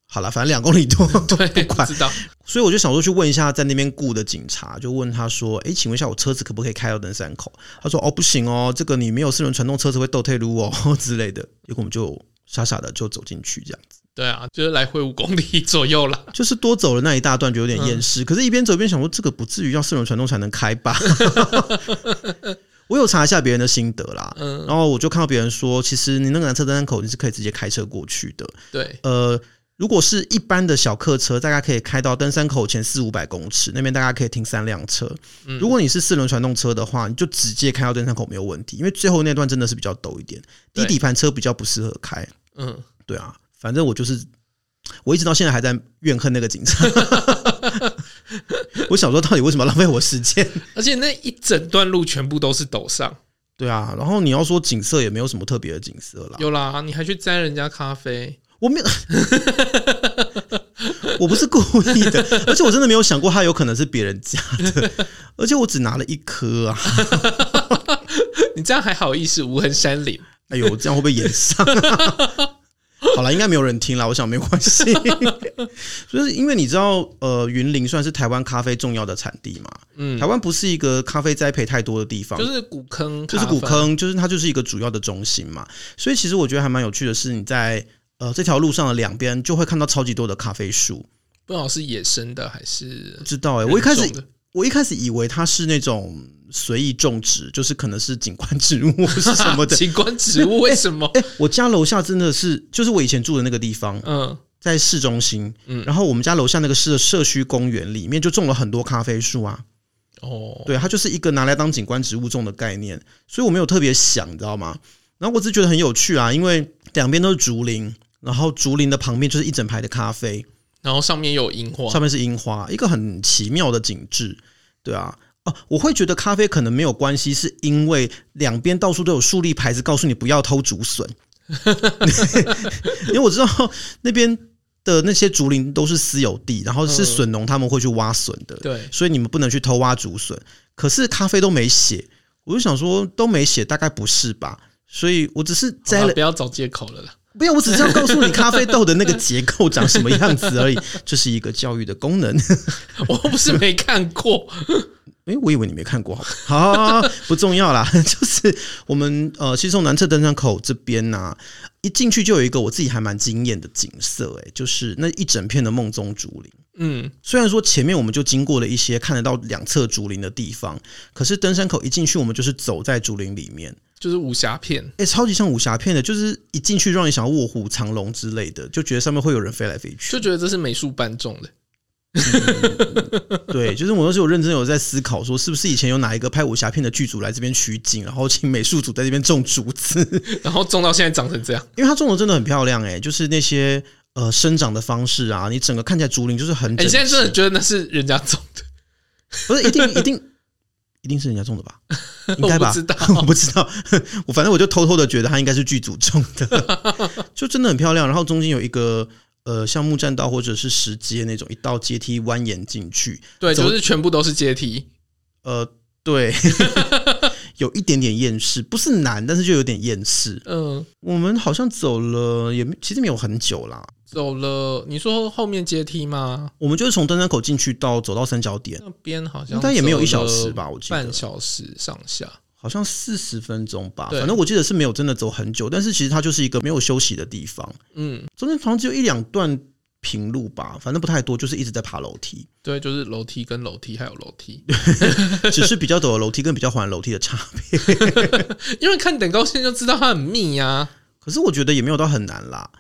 Speaker 2: 好了，反正两公 里多，
Speaker 1: 对，
Speaker 2: 不管
Speaker 1: 知道，
Speaker 2: 所以我就想说去问一下在那边雇的警察，就问他说：“诶，请问一下，我车子可不可以开到登山口？”他说：“哦，不行哦，这个你没有四轮传动，车子会倒退路哦 之类的。”结果我们就傻傻的就走进去，这样。
Speaker 1: 对啊，就是来回五公里左右 啦。
Speaker 2: 就是多走了那一大段，就有点
Speaker 1: 嗯
Speaker 2: 厌世。可是，一边走一边想说，这个不至于要四轮传动才能开吧？ 我有查一下别人的心得啦，
Speaker 1: 嗯，
Speaker 2: 然后我就看到别人说，其实你那个南侧登山口你是可以直接开车过去的。
Speaker 1: 对，
Speaker 2: 呃，如果是一般的小客车，大概可以开到登山口前四五百公尺，那边大概可以停三辆车。
Speaker 1: 嗯
Speaker 2: 如果你是四轮传动车的话，你就直接开到登山口没有问题，因为最后那段真的是比较陡一点，低
Speaker 1: 对
Speaker 2: 底盘车比较不适合开。
Speaker 1: 嗯，
Speaker 2: 对啊，反正我就是，我一直到现在还在怨恨那个警察。我想说，到底为什么要浪费我时间？
Speaker 1: 而且那一整段路全部都是陡上，
Speaker 2: 对啊，然后你要说景色也没有什么特别的景色啦。
Speaker 1: 有啦，你还去摘人家咖啡，
Speaker 2: 我没有， 我不是故意的，而且我真的没有想过它有可能是别人家的，而且我只拿了一颗啊。
Speaker 1: 你这样还好意思无痕山林？
Speaker 2: 哎呦，这样会不会演上、 好了，应该没有人听了，我想没关系。就是因为你知道，呃，云林算是台湾咖啡重要的产地嘛，
Speaker 1: 嗯
Speaker 2: 台，湾不是一个咖啡栽培太多的地方，
Speaker 1: 就是古坑，
Speaker 2: 啊就是古，坑，就是它就是一个主要的中心嘛。所以其实我觉得还蛮有趣的是，你在呃这条路上的两边就会看到超级多的咖啡树。
Speaker 1: 不知道是野生的还是
Speaker 2: 不知道哎、我一开
Speaker 1: 人
Speaker 2: 始
Speaker 1: 种的
Speaker 2: 我一开始以为它是那种随意种植，就是可能是景观植物或是 什 么的。
Speaker 1: 景啊观植物为 什么？
Speaker 2: 哎、我家楼下真的是，就是我以前住的那个地方，
Speaker 1: 嗯，
Speaker 2: 在市中心。
Speaker 1: 嗯
Speaker 2: 然后我们家楼下那个社社区公园里面就种了很多咖啡树啊。
Speaker 1: 哦，
Speaker 2: 对，它就是一个拿来当景观植物种的概念，所以我没有特别想，你知道吗？然后我只是觉得很有趣啊，因为两边都是竹林，然后竹林的旁边就是一整排的咖啡，
Speaker 1: 然后上面有樱花
Speaker 2: 上，面是樱花，一个很奇妙的景致，对啊。哦，我会觉得咖啡可能没有关系，是因为两边到处都有树立牌子，告诉你不要偷竹 笋，因为我知道那边的那些竹林都是私有地，然后是
Speaker 1: 嗯
Speaker 2: 笋农他们会去挖笋的，
Speaker 1: 对，
Speaker 2: 所以你们不能去偷挖竹笋。可是咖啡都没写，我就想说都没写，大概不是吧？所以我只是摘
Speaker 1: 好
Speaker 2: 了
Speaker 1: 啦，不要找借口了啦。
Speaker 2: 没有，我只是要告诉你咖啡豆的那个结构长什么样子而已，这是一个教育的功能。
Speaker 1: 我又不是没看过，
Speaker 2: 诶，我以为你没看过，好好好好，不重要啦。就是我们呃，西从南侧登山口这边呐、一进去就有一个我自己还蛮惊艳的景色、诶，就是那一整片的梦中竹林。
Speaker 1: 嗯，
Speaker 2: 虽然说前面我们就经过了一些看得到两侧竹林的地方，可是登山口一进去，我们就是走在竹林里面，
Speaker 1: 就是武侠片，
Speaker 2: 哎、超级像武侠片的，就是一进去让你想要卧虎藏龙之类的，就觉得上面会有人飞来飞去。
Speaker 1: 就觉得这是美术班中的。
Speaker 2: 对，就是我那时候有认真有在思考，说是不是以前有哪一个拍武侠片的剧组来这边取景，然后请美术组在这边种竹子，
Speaker 1: 然后种到现在长成这样。
Speaker 2: 因为它种的真的很漂亮、哎，就是那些呃生长的方式啊，你整个看起来竹林就是很
Speaker 1: 哎、
Speaker 2: 整
Speaker 1: 你
Speaker 2: 齐、
Speaker 1: 现在真的觉得那是人家种的？
Speaker 2: 不是一定一定一定是人家种的 吧？应
Speaker 1: 我
Speaker 2: 该
Speaker 1: 不
Speaker 2: 吧？
Speaker 1: 知道
Speaker 2: 我不知道，我反正我就偷偷的觉得它应该是剧组种的，就真的 很漂亮。然后中间有一个呃像木栈道或者是石阶那种一道阶梯蜿蜒进去，
Speaker 1: 对，
Speaker 2: 走
Speaker 1: 就是全部都是阶梯。
Speaker 2: 呃，对， 有一点点厌世，不是难，但是就有点厌世。
Speaker 1: 嗯，
Speaker 2: 我们好像走了也没其实没有很久啦，
Speaker 1: 走了。你说后面阶梯吗？
Speaker 2: 我们就是从登山口进去到走到三角点，
Speaker 1: 那边好像
Speaker 2: 应该也没有一小
Speaker 1: 走
Speaker 2: 时
Speaker 1: 了
Speaker 2: 吧，我记得
Speaker 1: 半小时上下。
Speaker 2: 好像四十分钟吧，
Speaker 1: 对
Speaker 2: 反正我记得是没有真的走很久，但是其实它就是一个没有休息的地方，
Speaker 1: 嗯，
Speaker 2: 中间好像只有一两段平路吧，反正不太多，就是一直在爬楼梯，
Speaker 1: 对，就是楼梯跟楼梯还有楼梯，
Speaker 2: 只是比较陡的楼梯跟比较缓的楼梯的差别。
Speaker 1: 因为看等高线就知道它很密呀、
Speaker 2: 可是我觉得也没有到很难啦。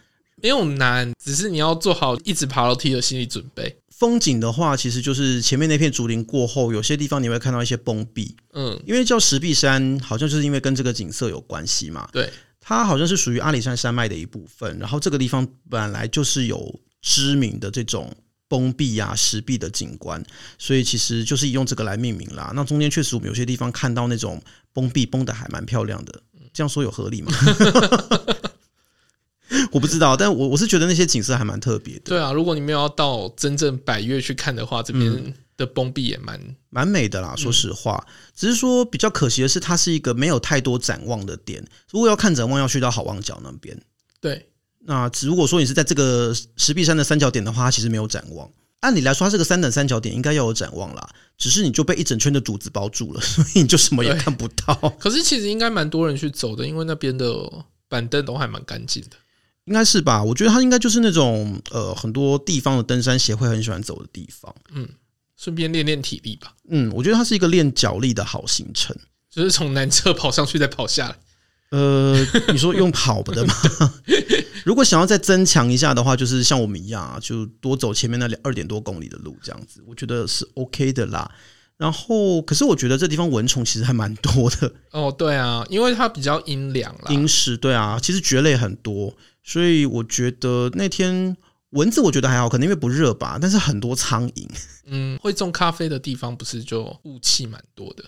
Speaker 1: 没有难，只是你要做好一直爬楼梯的心理准备。
Speaker 2: 风景的话，其实就是前面那片竹林过后，有些地方你会看到一些崩壁，
Speaker 1: 嗯，
Speaker 2: 因为叫石壁山，好像就是因为跟这个景色有关系嘛。
Speaker 1: 对，
Speaker 2: 它好像是属于阿里山山脉的一部分，然后这个地方本来就是有知名的这种崩壁啊、石壁的景观，所以其实就是以用这个来命名啦。那中间确实我们有些地方看到那种崩壁崩的还蛮漂亮的，这样说有合理吗？ 我不知道，但我我是觉得那些景色还蛮特别的，
Speaker 1: 对啊，如果你没有要到真正百越去看的话，这
Speaker 2: 嗯
Speaker 1: 边的崩壁也蛮
Speaker 2: 蛮美的啦。说实话，只是说比较可惜的是，它是一个没有太多展望的点。如果要看展望，要去到好望角那边。
Speaker 1: 对。
Speaker 2: 那只如果说你是在这个石壁山的三角点的话，它其实没有展望。按理来说，它这个三等三角点应该要有展望啦，只是你就被一整圈的竹子包住了， 所以你就什么也
Speaker 1: 对
Speaker 2: 看不到。
Speaker 1: 可是其实应该蛮多人去走的，因为那边的板凳都还蛮干净的。
Speaker 2: 应该是吧？我觉得它应该就是那种呃，很多地方的登山协会很喜欢走的地方。
Speaker 1: 顺便练练体力吧，
Speaker 2: 嗯，我觉得它是一个练脚力的好行程。
Speaker 1: 就是从南侧跑上去再跑下来。
Speaker 2: 呃，你说用跑的吗？如果想要再增强一下的话，就是像我们一样啊，就多走前面那二点多公里的路，这样子，我觉得是 OK 的啦。然后，可是我觉得这地方蚊虫其实还蛮多的，
Speaker 1: 哦，对啊，因为它比较阴凉啦。
Speaker 2: 阴湿对啊，其实蕨类很多，所以我觉得那天蚊子我觉得还好，可能因为不热吧，但是很多苍蝇。
Speaker 1: 嗯，会种咖啡的地方不是就雾气蛮多的？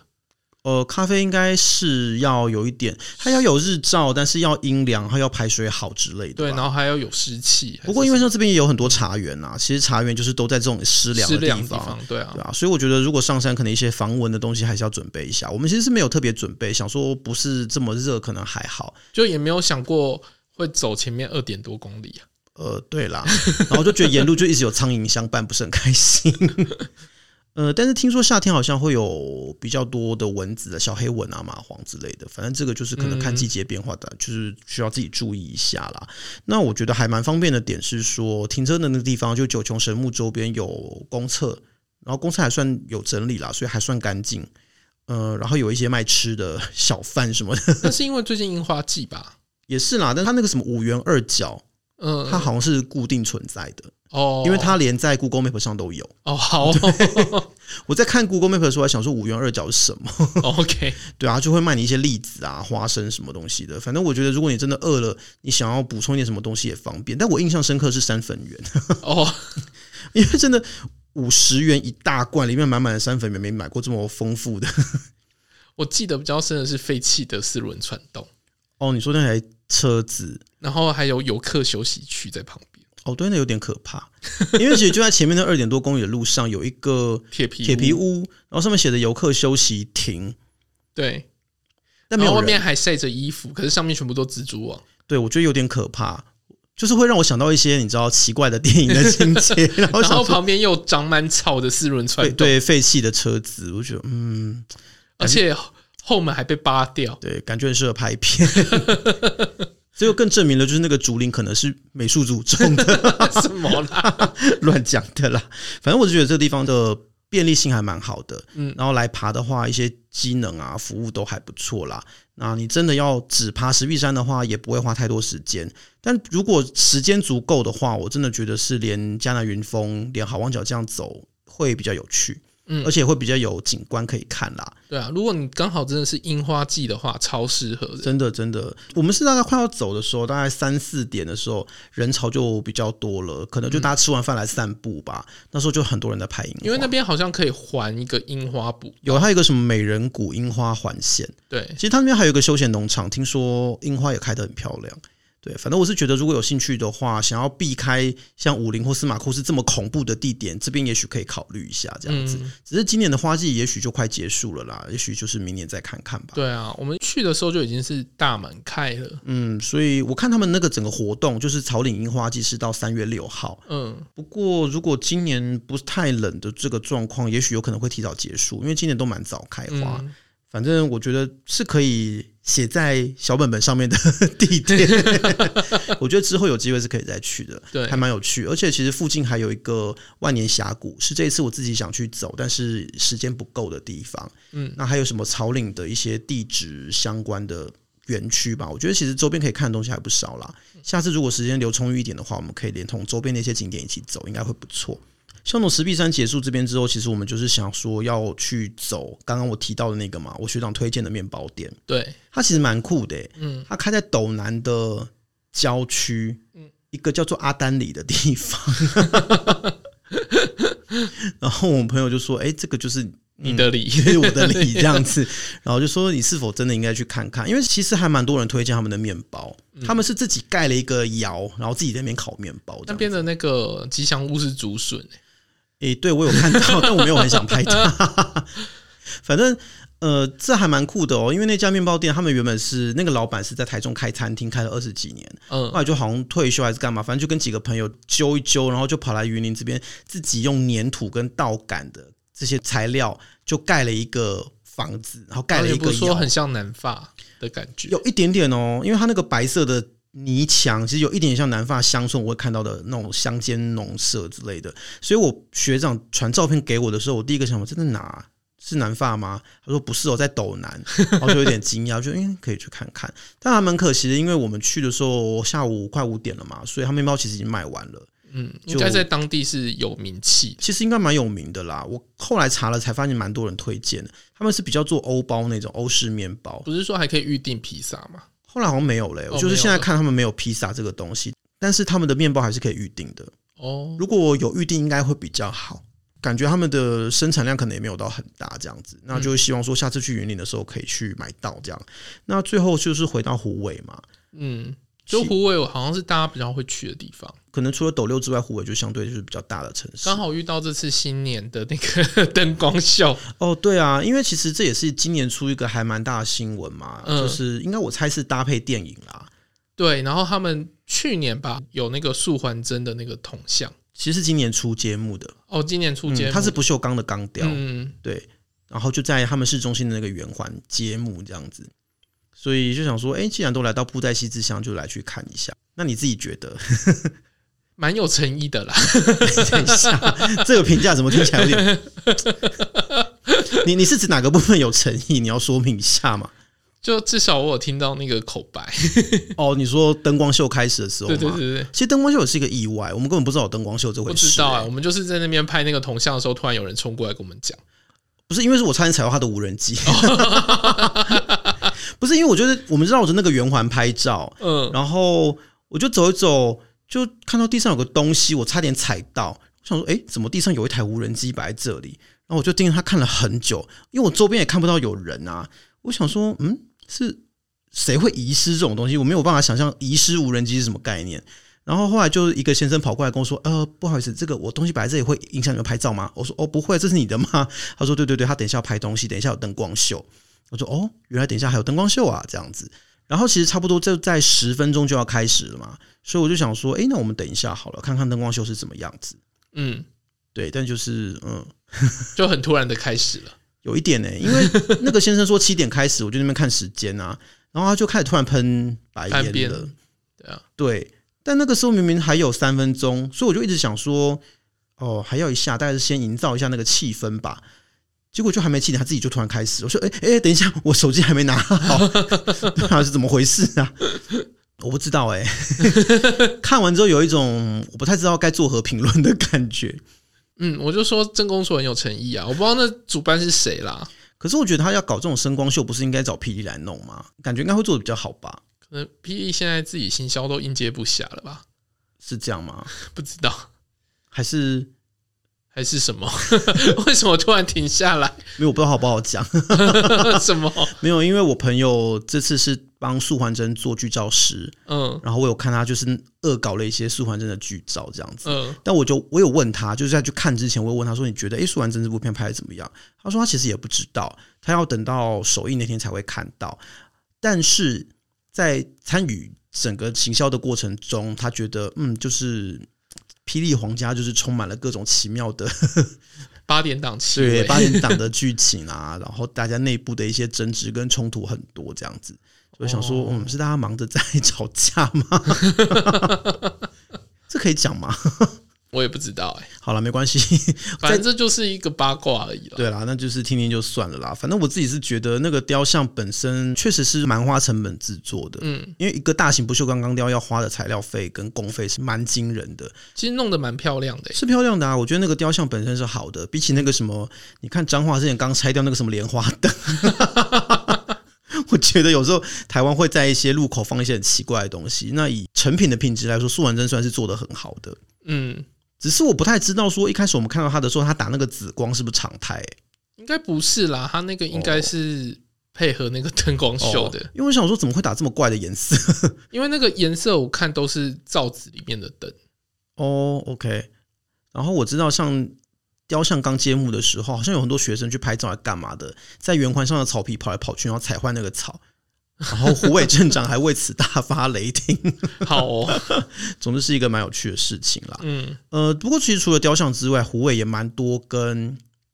Speaker 2: 呃，咖啡应该是要有一点，它要有日照，但是要阴凉，还要排水好之类的吧。
Speaker 1: 对，然后还要有湿气。
Speaker 2: 啊不过因
Speaker 1: 为
Speaker 2: 为像这边也有很多茶园啊，其实茶园就是都在这种湿凉
Speaker 1: 湿
Speaker 2: 的
Speaker 1: 凉
Speaker 2: 地
Speaker 1: 的地
Speaker 2: 方。
Speaker 1: 方，对啊
Speaker 2: 对，啊，所以我觉得如果上山，可能一些防蚊的东西还是要准备一下。我们其实是没有特别准备，想说不是这么热，可能还好。
Speaker 1: 就也没有想过会走前面二点多公里啊。
Speaker 2: 呃，对啦，然后就觉得沿路就一直有苍蝇相伴，不是很开心。 呃，但是听说夏天好像会有比较多的蚊子的小黑蚊啊、蚂蟥之类的，反正这个就是可能看季节变化的，就是需要自己注意一下啦。那我觉得还蛮方便的点是说，停车的那个地方就九琼神木周边有公厕，然后公厕还算有整理啦，所以还算干净。呃，然后有一些卖吃的小贩什么的
Speaker 1: 那是因为最近樱花季吧？
Speaker 2: 也是啦，但它那个什么五元二角，
Speaker 1: 嗯，
Speaker 2: 它好像是固定存在的。
Speaker 1: 哦，
Speaker 2: 因为它连在 Google Map 上都有。
Speaker 1: 哦 好哦
Speaker 2: 我在看 Google Map 的时候，还想说五元二角是什么？
Speaker 1: 哦，OK，
Speaker 2: 对啊，就会卖你一些栗子啊、花生什么东西的。反正我觉得，如果你真的饿了，你想要补充一点什么东西也方便。但我印象深刻是三粉圆，
Speaker 1: 哦，
Speaker 2: 因为真的五十元一大罐，里面满满的三粉圆，没买过这么丰富的。
Speaker 1: 我记得比较深的是废弃的四轮传动，
Speaker 2: 哦，你说那台车子？
Speaker 1: 然后还有游客休息区在旁边，
Speaker 2: 哦，对，那有点可怕，因为其实就在前面那二点多公里的路上有一个
Speaker 1: 铁皮
Speaker 2: 铁皮
Speaker 1: 屋，
Speaker 2: 屋，然后上面写的游客休息亭，
Speaker 1: 对，
Speaker 2: 但
Speaker 1: 然
Speaker 2: 没
Speaker 1: 后外
Speaker 2: 有人。
Speaker 1: 面还晒着衣服，可是上面全部都蜘蛛网。
Speaker 2: 对，我觉得有点可怕，就是会让我想到一些你知道奇怪的电影的情 节，然后
Speaker 1: 然后
Speaker 2: 想说
Speaker 1: 旁边又长满草的四轮传
Speaker 2: 对
Speaker 1: 动，
Speaker 2: 对废弃的车子，我觉得嗯，
Speaker 1: 而且后门还被扒 掉。
Speaker 2: 对，感觉很适合 拍片。这就更证明了，就是那个竹林可能是美术组种的，
Speaker 1: 什么啦？
Speaker 2: 乱讲的啦。反正我就觉得这个地方的便利性还蛮好的，
Speaker 1: 嗯
Speaker 2: 然后来爬的话，一些机能啊、服务都还不错啦。那你真的要只爬石壁山的话，也不会花太多时间。但如果时间足够的话，我真的觉得是连嘉南云峰、连好望角这样走会比较有趣，
Speaker 1: 嗯
Speaker 2: 而且会比较有景观可以看啦。
Speaker 1: 对啊，如果你刚好真的是樱花季的话，超适合的。
Speaker 2: 真的真的，我们是大概快要走的时候，大概三四点的时候，人潮就比较多了，可能就大家吃完饭来散步吧。那时候就很多人在拍樱花，
Speaker 1: 嗯因为那边好像可以环一个樱花步，
Speaker 2: 有它有一个什么美人谷樱花环线，
Speaker 1: 对
Speaker 2: 其，实它那边还有一个休闲农场，听说樱花也开得很漂亮。对，反正我是觉得，如果有兴趣的话，想要避开像武林或司马库斯这么恐怖的地点，这边也许可以考虑一下这样子。
Speaker 1: 嗯
Speaker 2: 只是今年的花季也许就快结束了啦，也许就是明年再看看吧。
Speaker 1: 对啊，我们去的时候就已经是大门开了，
Speaker 2: 嗯，所以我看他们那个整个活动，就是草岭樱花季是到三月六号。
Speaker 1: 嗯，
Speaker 2: 不过如果今年不太冷的这个状况，也许有可能会提早结束，因为今年都蛮早开花。
Speaker 1: 嗯
Speaker 2: 反正我觉得是可以写在小本本上面的地点。 我觉得之后有机会是可以再去的，
Speaker 1: 对
Speaker 2: 还蛮有趣。而且其实附近还有一个万年峡谷，是这一次我自己想去走，但是时间不够的地方。
Speaker 1: 嗯，
Speaker 2: 那还有什么草岭的一些地质相关的。园区吧，我觉得其实周边可以看的东西还不少啦。下次如果时间留充裕一点的话，我们可以连同周边的一些景点一起走，应该会不错。像从石壁山结束这边之后，其实我们就是想说要去走刚刚我提到的那个嘛，我学长推荐的面包店，
Speaker 1: 对，
Speaker 2: 它其实蛮酷的、欸，
Speaker 1: 嗯，
Speaker 2: 它开在斗南的郊区，
Speaker 1: 嗯
Speaker 2: 一个叫做阿丹里的地 方。然后我朋友就说：“哎、这个就是
Speaker 1: 你的理，
Speaker 2: 对我的理这样子。”然后就说：“你是否真的应该去看看？因为其实还蛮多人推荐他们的面包，
Speaker 1: 嗯
Speaker 2: 他们是自己盖了一个窑，然后自己在那边烤面包这
Speaker 1: 那
Speaker 2: 样。”
Speaker 1: 边的那个吉祥物是竹笋、欸
Speaker 2: 诶、对我有看 到，但我没有很想拍它。反正呃，这还蛮酷的哦，因为那家面包店他们原本是那个老板是在台中开餐厅，开了二十几年，后
Speaker 1: 嗯，
Speaker 2: 来就好像退休还是干嘛，反正就跟几个朋友揪一揪，然后就跑来云林这边，自己用粘土跟稻杆的这些材料，就盖了一个房子，然后盖了
Speaker 1: 哦
Speaker 2: 一
Speaker 1: 也
Speaker 2: 个
Speaker 1: 不是说
Speaker 2: 窑
Speaker 1: 很像南发的感觉，
Speaker 2: 有一点点哦，因为它那个白色的泥墙，其实有一点像南发乡村我会看到的那种乡间农舍之类的。所以我学长传照片给我的时候，我第一个想法这在哪？是南发吗？他说不是哦，在斗南，然后就有点惊讶，就 应该可以去看看。但还蛮可惜的，因为我们去的时候下午快五点了嘛，所以他面包其实已经卖完了。
Speaker 1: 嗯，
Speaker 2: 就
Speaker 1: 应该在当地是有名气的，
Speaker 2: 其实应该蛮有名的啦。我后来查了才发现，蛮多人推荐的。他们是比较做欧包那种欧式面包，
Speaker 1: 不是说还可以预定披萨吗？
Speaker 2: 后来好像没有嘞、
Speaker 1: 哦
Speaker 2: 我就是现在看他们没有披萨这个东西，但是他们的面包还是可以预定的。
Speaker 1: 哦，
Speaker 2: 如果有预定，应该会比较好。感觉他们的生产量可能也没有到很大这样子，
Speaker 1: 嗯
Speaker 2: 那就是希望说下次去云林的时候可以去买到这样。那最后就是回到虎尾嘛，
Speaker 1: 嗯，就
Speaker 2: 其
Speaker 1: 湖尾我好像是大家比较会去的地方，
Speaker 2: 可能除了斗六之外，虎尾就相对就是比较大的城市
Speaker 1: 刚。好遇到这次新年的那个 灯光秀，
Speaker 2: 哦，对啊，因为其实这也是今年出一个还蛮大的新闻嘛，
Speaker 1: 嗯
Speaker 2: 就是应该我猜是搭配电影啦。
Speaker 1: 对，然后他们去年吧有那个素环真的那个铜像，
Speaker 2: 其实是今年出节目的，
Speaker 1: 哦，今年出街、
Speaker 2: 嗯它是不锈钢的钢雕，
Speaker 1: 嗯，
Speaker 2: 对，然后就在他们市中心的那个圆环揭幕这样子，所以就想说，哎、既然都来到布袋戏之乡，就来去看一下。那你自己觉得？
Speaker 1: 蛮有诚意的啦，
Speaker 2: 等一下，这个评价怎么听起来有点？你你是指哪个部分有诚意？你要说明一下嘛。
Speaker 1: 就至少我有听到那个口白，
Speaker 2: 哦，你说灯光秀开始的时候
Speaker 1: 对
Speaker 2: 嘛，
Speaker 1: 对对对。
Speaker 2: 其实灯光秀也是一个意外，我们根本不知道有灯光秀这回
Speaker 1: 不
Speaker 2: 事、
Speaker 1: 知道啊、
Speaker 2: 哎
Speaker 1: 我们就是在那边拍那个铜像的时候，突然有人冲过来跟我们讲，
Speaker 2: 不是因为是我差点踩到他的无人机，
Speaker 1: 哦
Speaker 2: 不是因为我觉得我们绕着那个圆环拍照，
Speaker 1: 嗯，
Speaker 2: 然后我就走一走，就看到地上有个东西，我差点踩到。我想说，诶，怎么地上有一台无人机摆在这里？然后我就盯着它看了很久，因为我周边也看不到有人啊。我想说，嗯，是谁会遗失这种东西？我没有办法想象遗失无人机是什么概念。然后后来就一个先生跑过来跟我说：“呃，不好意思，这个我东西摆在这里会影响你们拍照吗？”我说：“哦，不会，这是你的吗？”他说：“对对对，他等一下要拍东西，等一下有灯光秀。”我说：“哦，原来等一下还有灯光秀啊，这样子。”然后其实差不多就在十分钟就要开始了嘛，所以我就想说，哎，那我们等一下好了，看看灯光秀是怎么样子。
Speaker 1: 嗯，
Speaker 2: 对，但就是嗯，
Speaker 1: 就很突然的开始了。
Speaker 2: 有一点呢、因 为那个先生说七点开始，我就在那边看时间啊，然后他就开始突然喷白
Speaker 1: 翻
Speaker 2: 烟
Speaker 1: 边
Speaker 2: 了。
Speaker 1: 对啊，
Speaker 2: 对，但那个时候明明还有三分钟，所以我就一直想说，哦，还要一下，大概是先营造一下那个气氛吧。结果就还没气，他自己就突然开始。我说：“哎、哎、等一下，我手机还没 拿好，对啊，是怎么回事啊？”我不知道哎、 看完之后有一种我不太知道该作何评论的感觉。
Speaker 1: 嗯，我就说真公所很有诚意啊，我不知道那主办是谁啦，
Speaker 2: 可是我觉得他要搞这种声光秀，不是应该找霹雳来弄吗？感觉应该会做的比较好吧？
Speaker 1: 可能 P E 现在自己行销都应接不暇了吧？
Speaker 2: 是这样吗？
Speaker 1: 不知道
Speaker 2: 还是
Speaker 1: 还是什么？ 为什么突然停下来？
Speaker 2: 没有？我不知道好不好讲。
Speaker 1: 什么？
Speaker 2: 没有，因为我朋友这次是帮素环真做剧照师，
Speaker 1: 嗯
Speaker 2: 然后我有看他就是恶搞了一些素环真的剧照这样子。
Speaker 1: 嗯
Speaker 2: 但我就我有问他，就是在去看之前，我有问他说：“你觉得《诶素还真》这部片拍的怎么样？”他说他其实也不知道，他要等到首映那天才会看到。但是在参与整个行销的过程中，他觉得嗯，就是霹雳皇家就是充满了各种奇妙的
Speaker 1: 八点档气
Speaker 2: 对
Speaker 1: 味，
Speaker 2: 八点档的剧情啊，然后大家内部的一些争执跟冲突很多这样子。所以想说，
Speaker 1: 哦
Speaker 2: 嗯，是大家忙着在 吵架吗？ 这可以讲吗？
Speaker 1: 我也不知道哎、
Speaker 2: 好了，没关系。
Speaker 1: 反正这就是一个八卦而已了。
Speaker 2: 对啦，那就是听听就算了啦。反正我自己是觉得那个雕像本身确实是蛮花成本制作的，
Speaker 1: 嗯，
Speaker 2: 因为一个大型不锈钢钢雕要花的材料费跟工费是蛮惊人的，
Speaker 1: 其实弄得蛮漂亮的、欸，
Speaker 2: 是漂亮的啊。我觉得那个雕像本身是好的，比起那个什么，你看彰化之前刚拆掉那个什么莲花灯。 我觉得有时候台湾会在一些路口放一些很奇怪的东西。那以成品的品质来说，素还真算是做的很好的，
Speaker 1: 嗯，
Speaker 2: 只是我不太知道说一开始我们看到它的时候，它打那个紫光是不是常态、欸
Speaker 1: 应该不是啦，他那个应该是配合那个灯光秀的，
Speaker 2: 哦因为我想说怎么会打这么怪的颜色？
Speaker 1: 因为那个颜色我看都是罩子里面的灯，
Speaker 2: 哦，OK。然后我知道，像雕像刚揭幕的时候，好像有很多学生去拍照来干嘛的，在圆环上的草皮跑来跑去，然后踩坏那个草。 然后胡伟镇长还为此大发雷霆，
Speaker 1: 好哦，
Speaker 2: 总之是一个蛮有趣的事情啦。
Speaker 1: 嗯
Speaker 2: 呃，不过其实除了雕像之外，胡伟也蛮多跟，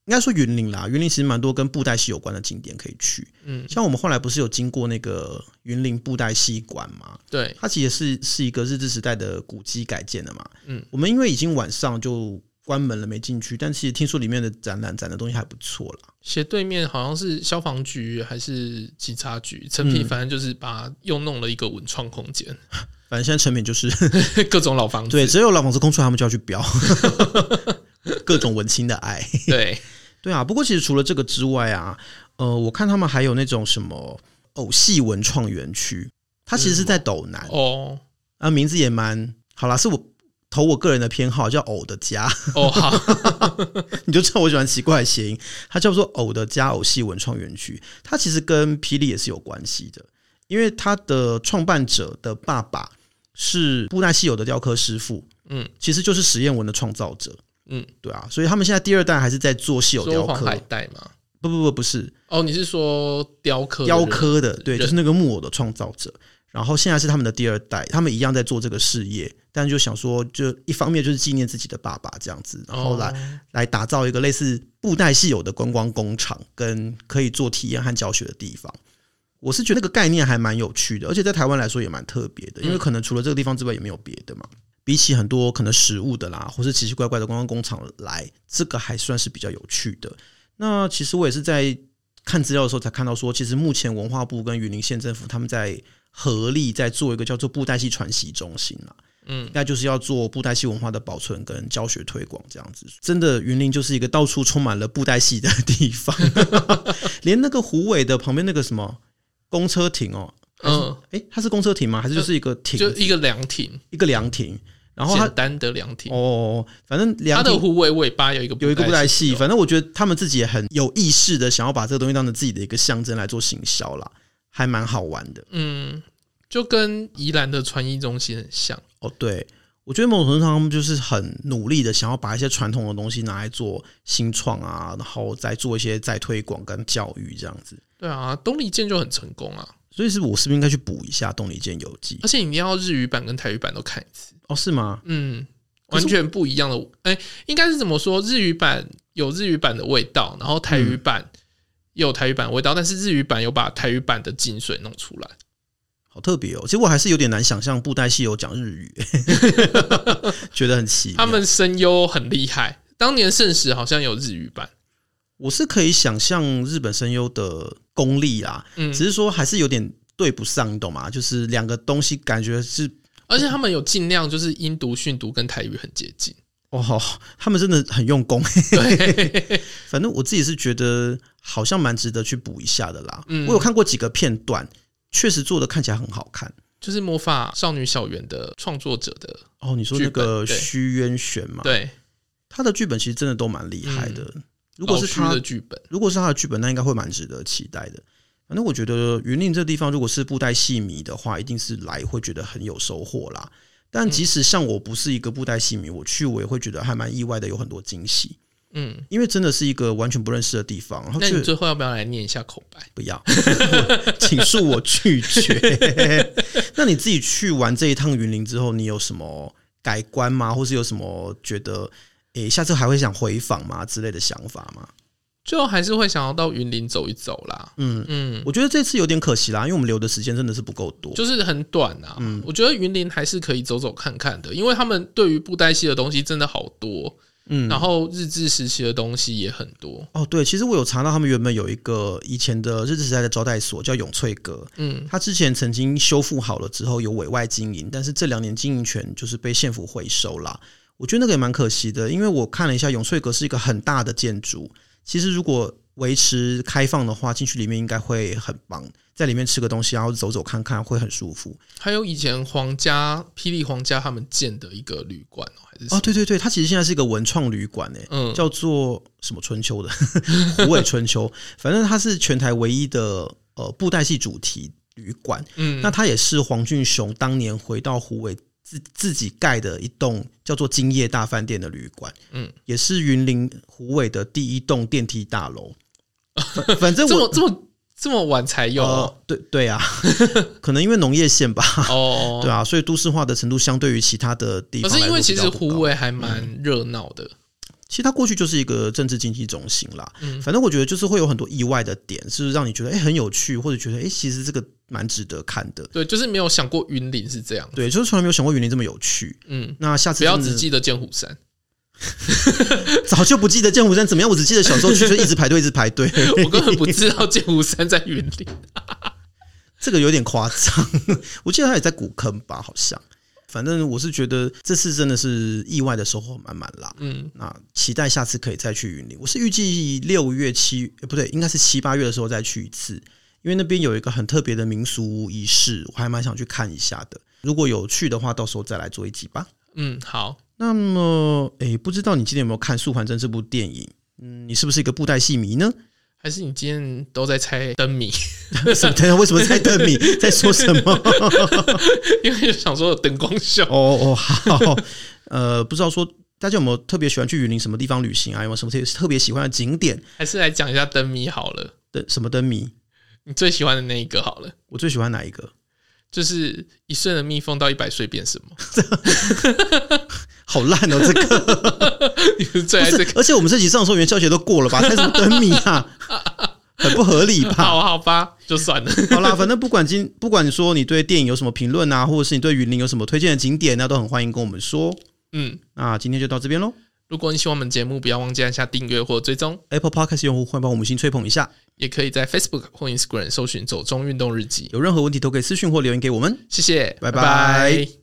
Speaker 2: 应该说云林啦，云林其实蛮多跟布袋戏有关的景点可以去。
Speaker 1: 嗯，
Speaker 2: 像我们后来不是有经过那个云林布袋戏馆吗？
Speaker 1: 对，
Speaker 2: 它其实是是一个日治时代的古迹改建的嘛。
Speaker 1: 嗯，
Speaker 2: 我们因为已经晚上就关门了，没进去。但其实听说里面的展览展的东西还不错啦。
Speaker 1: 斜对面好像是消防局还是警察局，陈
Speaker 2: 嗯
Speaker 1: 皮反正就是把它又弄了一个文创空间，
Speaker 2: 反正现在成品就是
Speaker 1: 各种老房子，
Speaker 2: 对，只有老房子空出来，他们就要去标 各种文青的爱。
Speaker 1: 对，
Speaker 2: 对啊，不过其实除了这个之外啊，呃，我看他们还有那种什么偶戏文创园区，它其实是在斗南
Speaker 1: 哦
Speaker 2: 啊，名字也蛮好啦，是我投我个人的偏好，叫偶的家。
Speaker 1: 哦好，
Speaker 2: 你就知道我喜欢奇怪的谐音。它叫做“偶的家偶戏文创园区”，它其实跟霹雳也是有关系的，因为它的创办者的爸爸是布袋戏偶的雕刻师傅，
Speaker 1: 嗯，
Speaker 2: 其实就是实验文的创造者，
Speaker 1: 嗯，
Speaker 2: 对啊，所以他们现在第二代还是在做戏偶
Speaker 1: 说
Speaker 2: 雕
Speaker 1: 黄海
Speaker 2: 刻，
Speaker 1: 带嘛，
Speaker 2: 不不不，不是
Speaker 1: 哦你是说雕刻的
Speaker 2: 雕
Speaker 1: 人
Speaker 2: 刻的，对，
Speaker 1: 人
Speaker 2: 就是那个木偶的创造者。然后现在是他们的第二代，他们一样在做这个事业，但就想说，就一方面就是纪念自己的爸爸这样子，然后来
Speaker 1: 哦
Speaker 2: 来打造一个类似布袋戏有的观光工厂，跟可以做体验和教学的地方。我是觉得那个概念还蛮有趣的，而且在台湾来说也蛮特别的，因为
Speaker 1: 嗯
Speaker 2: 可能除了这个地方之外也没有别的嘛。比起很多可能食物的啦，或是奇奇怪怪的观光工厂来，这个还算是比较有趣的。那其实我也是在看资料的时候才看到说，其实目前文化部跟云林县政府他们在合力在做一个叫做布袋戏传习中心啊啦。
Speaker 1: 嗯
Speaker 2: 那就是要做布袋戏文化的保存跟教学推广，这样子。真的，云林就是一个到处充满了布袋戏的地 方，连那个虎尾的旁边那个什么公车亭哦，
Speaker 1: 嗯，
Speaker 2: 诶，它是公车亭吗？还是就是一个亭，
Speaker 1: 就一个凉亭，
Speaker 2: 一个凉亭？然后它
Speaker 1: 简单的凉亭，
Speaker 2: 哦，反正
Speaker 1: 它
Speaker 2: 凉
Speaker 1: 的
Speaker 2: 亭
Speaker 1: 虎尾尾巴有一个
Speaker 2: 有一个布袋戏，
Speaker 1: 哦
Speaker 2: 反正我觉得他们自己也很有意识的想要把这个东西当成自己的一个象征来做行销啦，还蛮好玩的。
Speaker 1: 嗯，就跟宜兰的传艺中心很像，
Speaker 2: 哦，对，我觉得某种程度上他们就是很努力的想要把一些传统的东西拿来做新创啊，然后再做一些再推广跟教育这样子。
Speaker 1: 对啊，东篱剑就很成功啊，
Speaker 2: 所以是我是不是应该去补一下《东篱剑游记
Speaker 1: 而》？且你一定要日语版跟台语版都看一次，
Speaker 2: 哦，是吗？
Speaker 1: 嗯，
Speaker 2: 可
Speaker 1: 完
Speaker 2: 是
Speaker 1: 全不一样的，哎、应该是怎么说？日语版有日语版的味道，然后台语版也有台语版的味道，但是日语版有把台语版的精髓弄出来，
Speaker 2: 好特别哦。其实我还是有点难想象布袋戏有讲日 语， 觉得很奇妙。
Speaker 1: 他们声优很厉害，当年盛世好像有日语版，
Speaker 2: 我是可以想象日本声优的功力啦，
Speaker 1: 嗯，
Speaker 2: 只是说还是有点对不上，你懂吗？就是两个东西感觉是
Speaker 1: 而且他们有尽量就是音读、训读跟台语很接近，
Speaker 2: 哦，好他们真的很用功。
Speaker 1: 对，
Speaker 2: 反正我自己是觉得好像蛮值得去补一下的啦。
Speaker 1: 嗯
Speaker 2: 我有看过几个片段，确实做的看起来很好看。
Speaker 1: 就是魔法少女小圆的创作者的，
Speaker 2: 哦，你说那个
Speaker 1: 剧本对
Speaker 2: 虚渊玄嘛，
Speaker 1: 对，
Speaker 2: 他的剧本其实真的都蛮厉害的。如
Speaker 1: 如
Speaker 2: 果是他
Speaker 1: 哦的，剧本，
Speaker 2: 如果是他的剧本，那应该会蛮值得期待的。反正我觉得云林这地方，如果是布袋戏迷的话，一定是来会觉得很有收获啦。但
Speaker 1: 嗯
Speaker 2: 即使像我不是一个布袋戏迷，我去我也会觉得还蛮意外的，有很多惊喜，
Speaker 1: 嗯，
Speaker 2: 因为真的是一个完全不认识的地方。然后
Speaker 1: 那
Speaker 2: 却
Speaker 1: 你最后要不要来念一下口白？
Speaker 2: 不要， 请恕我拒绝。 那你自己去玩这一趟云林之后，你有什么改观吗？或是有什么觉得，诶、下次还会想回访吗之类的想法吗？
Speaker 1: 最后还是会想要到云林走一走啦，
Speaker 2: 嗯，
Speaker 1: 嗯，
Speaker 2: 我觉得这次有点可惜啦，因为我们留的时间真的是不够多。
Speaker 1: 就是很短啊，
Speaker 2: 嗯
Speaker 1: 我觉得云林还是可以走走看看的，因为他们对于布袋戏的东西真的好多，
Speaker 2: 嗯，
Speaker 1: 然后日治时期的东西也很多，
Speaker 2: 哦，对，其实我有查到他们原本有一个以前的日治时代的招待所叫永翠阁，
Speaker 1: 嗯
Speaker 2: 它之前曾经修复好了之后有委外经营，但是这两年经营权就是被县府回收啦。我觉得那个也蛮可惜的，因为我看了一下永翠阁是一个很大的建筑，其实如果维持开放的话，进去里面应该会很棒，在里面吃个东西，然后走走看看会很舒服。
Speaker 1: 还有以前皇家霹雳皇家他们建的一个旅馆哦，还是什
Speaker 2: 哦，
Speaker 1: 么
Speaker 2: 对对对，它其实现在是一个文创旅馆诶，
Speaker 1: 嗯
Speaker 2: 叫做什么春秋的 虎尾春秋，反正它是全台唯一的呃布袋戏主题旅馆。
Speaker 1: 嗯，
Speaker 2: 那它也是黄俊雄当年回到虎尾自自己盖的一栋叫做金叶大饭店的旅馆，
Speaker 1: 嗯，
Speaker 2: 也是云林虎尾的第一栋电梯大 楼。反反正
Speaker 1: 这么
Speaker 2: 我
Speaker 1: 这么这么晚才有哦，
Speaker 2: 呃对对啊， 可能因为农业县吧，
Speaker 1: 哦
Speaker 2: 对啊，所以都市化的程度相对于其他的地
Speaker 1: 可
Speaker 2: 方
Speaker 1: 是因
Speaker 2: 来说
Speaker 1: 为
Speaker 2: 比
Speaker 1: 其
Speaker 2: 较
Speaker 1: 实
Speaker 2: 不高嗯
Speaker 1: 湖尾还蛮热闹的，
Speaker 2: 其实它过去就是一个政治经济中心啦。
Speaker 1: 嗯
Speaker 2: 反正我觉得就是会有很多意外的点，是让你觉得哎、诶很有趣，或者觉得哎、诶其实这个蛮值得看的。
Speaker 1: 对，就是没有想过云林是这样。
Speaker 2: 对，就是从来没有想过云林这么有趣。
Speaker 1: 嗯，
Speaker 2: 那下次
Speaker 1: 不要
Speaker 2: 真的
Speaker 1: 只记得剑湖山，
Speaker 2: 早就不记得剑湖山怎么样，我只记得小时候去就一直排队，一直排队。
Speaker 1: 我根本不知道剑湖山在云林。
Speaker 2: 这个有点夸张，我记得他也在古坑吧，好像。反正我是觉得这次真的是意外的收获满满啦。
Speaker 1: 嗯，
Speaker 2: 那期待下次可以再去云林。我是预计六月、七呃不对，应该是七八月的时候再去一次，因为那边有一个很特别的民俗仪式，我还蛮想去看一下的。如果有去的话，到时候再来做一集吧。
Speaker 1: 嗯，好，
Speaker 2: 那么，诶，不知道你今天有没有看《素还真》这部电影？嗯，你是不是一个布袋戏迷呢？
Speaker 1: 还是你今天都在猜灯谜，
Speaker 2: 什么？等一下为什么在瞪你？ 在说什么？
Speaker 1: 因为想说有灯光秀。
Speaker 2: 哦哦，好，呃，不知道说大家有没有特别喜欢去云林什么地方旅行啊？有没有什么特别特别喜欢的景点
Speaker 1: 还是来讲一下灯谜好了。
Speaker 2: 的什么灯谜？
Speaker 1: 你最喜欢的那一个好了，
Speaker 2: 我最喜欢哪一个？
Speaker 1: 就是一瞬的蜜蜂到一百岁变什么？
Speaker 2: 好烂哦，这个
Speaker 1: 你是最
Speaker 2: 不
Speaker 1: 爱这
Speaker 2: 是
Speaker 1: 个？，
Speaker 2: 而且我们这集上的时候元宵节都过了吧？猜什么灯谜 啊？很不合理吧？
Speaker 1: 好好吧，就算了。
Speaker 2: 好啦，反正不管今不管你说你对电影有什么评论啊，或者是你对云林有什么推荐的景点，那啊都很欢迎跟我们说。
Speaker 1: 嗯，
Speaker 2: 那今天就到这边喽。
Speaker 1: 如果你喜欢我们节目，不要忘记按下订阅或追踪，
Speaker 2: Apple Podcast 用户欢迎帮我们星吹捧一下，
Speaker 1: 也可以在 Facebook 或 Instagram 搜寻“走中运动日记
Speaker 2: 有任何问题都可以私讯或留言给我们。”。
Speaker 1: 谢谢，
Speaker 2: 拜拜
Speaker 1: 拜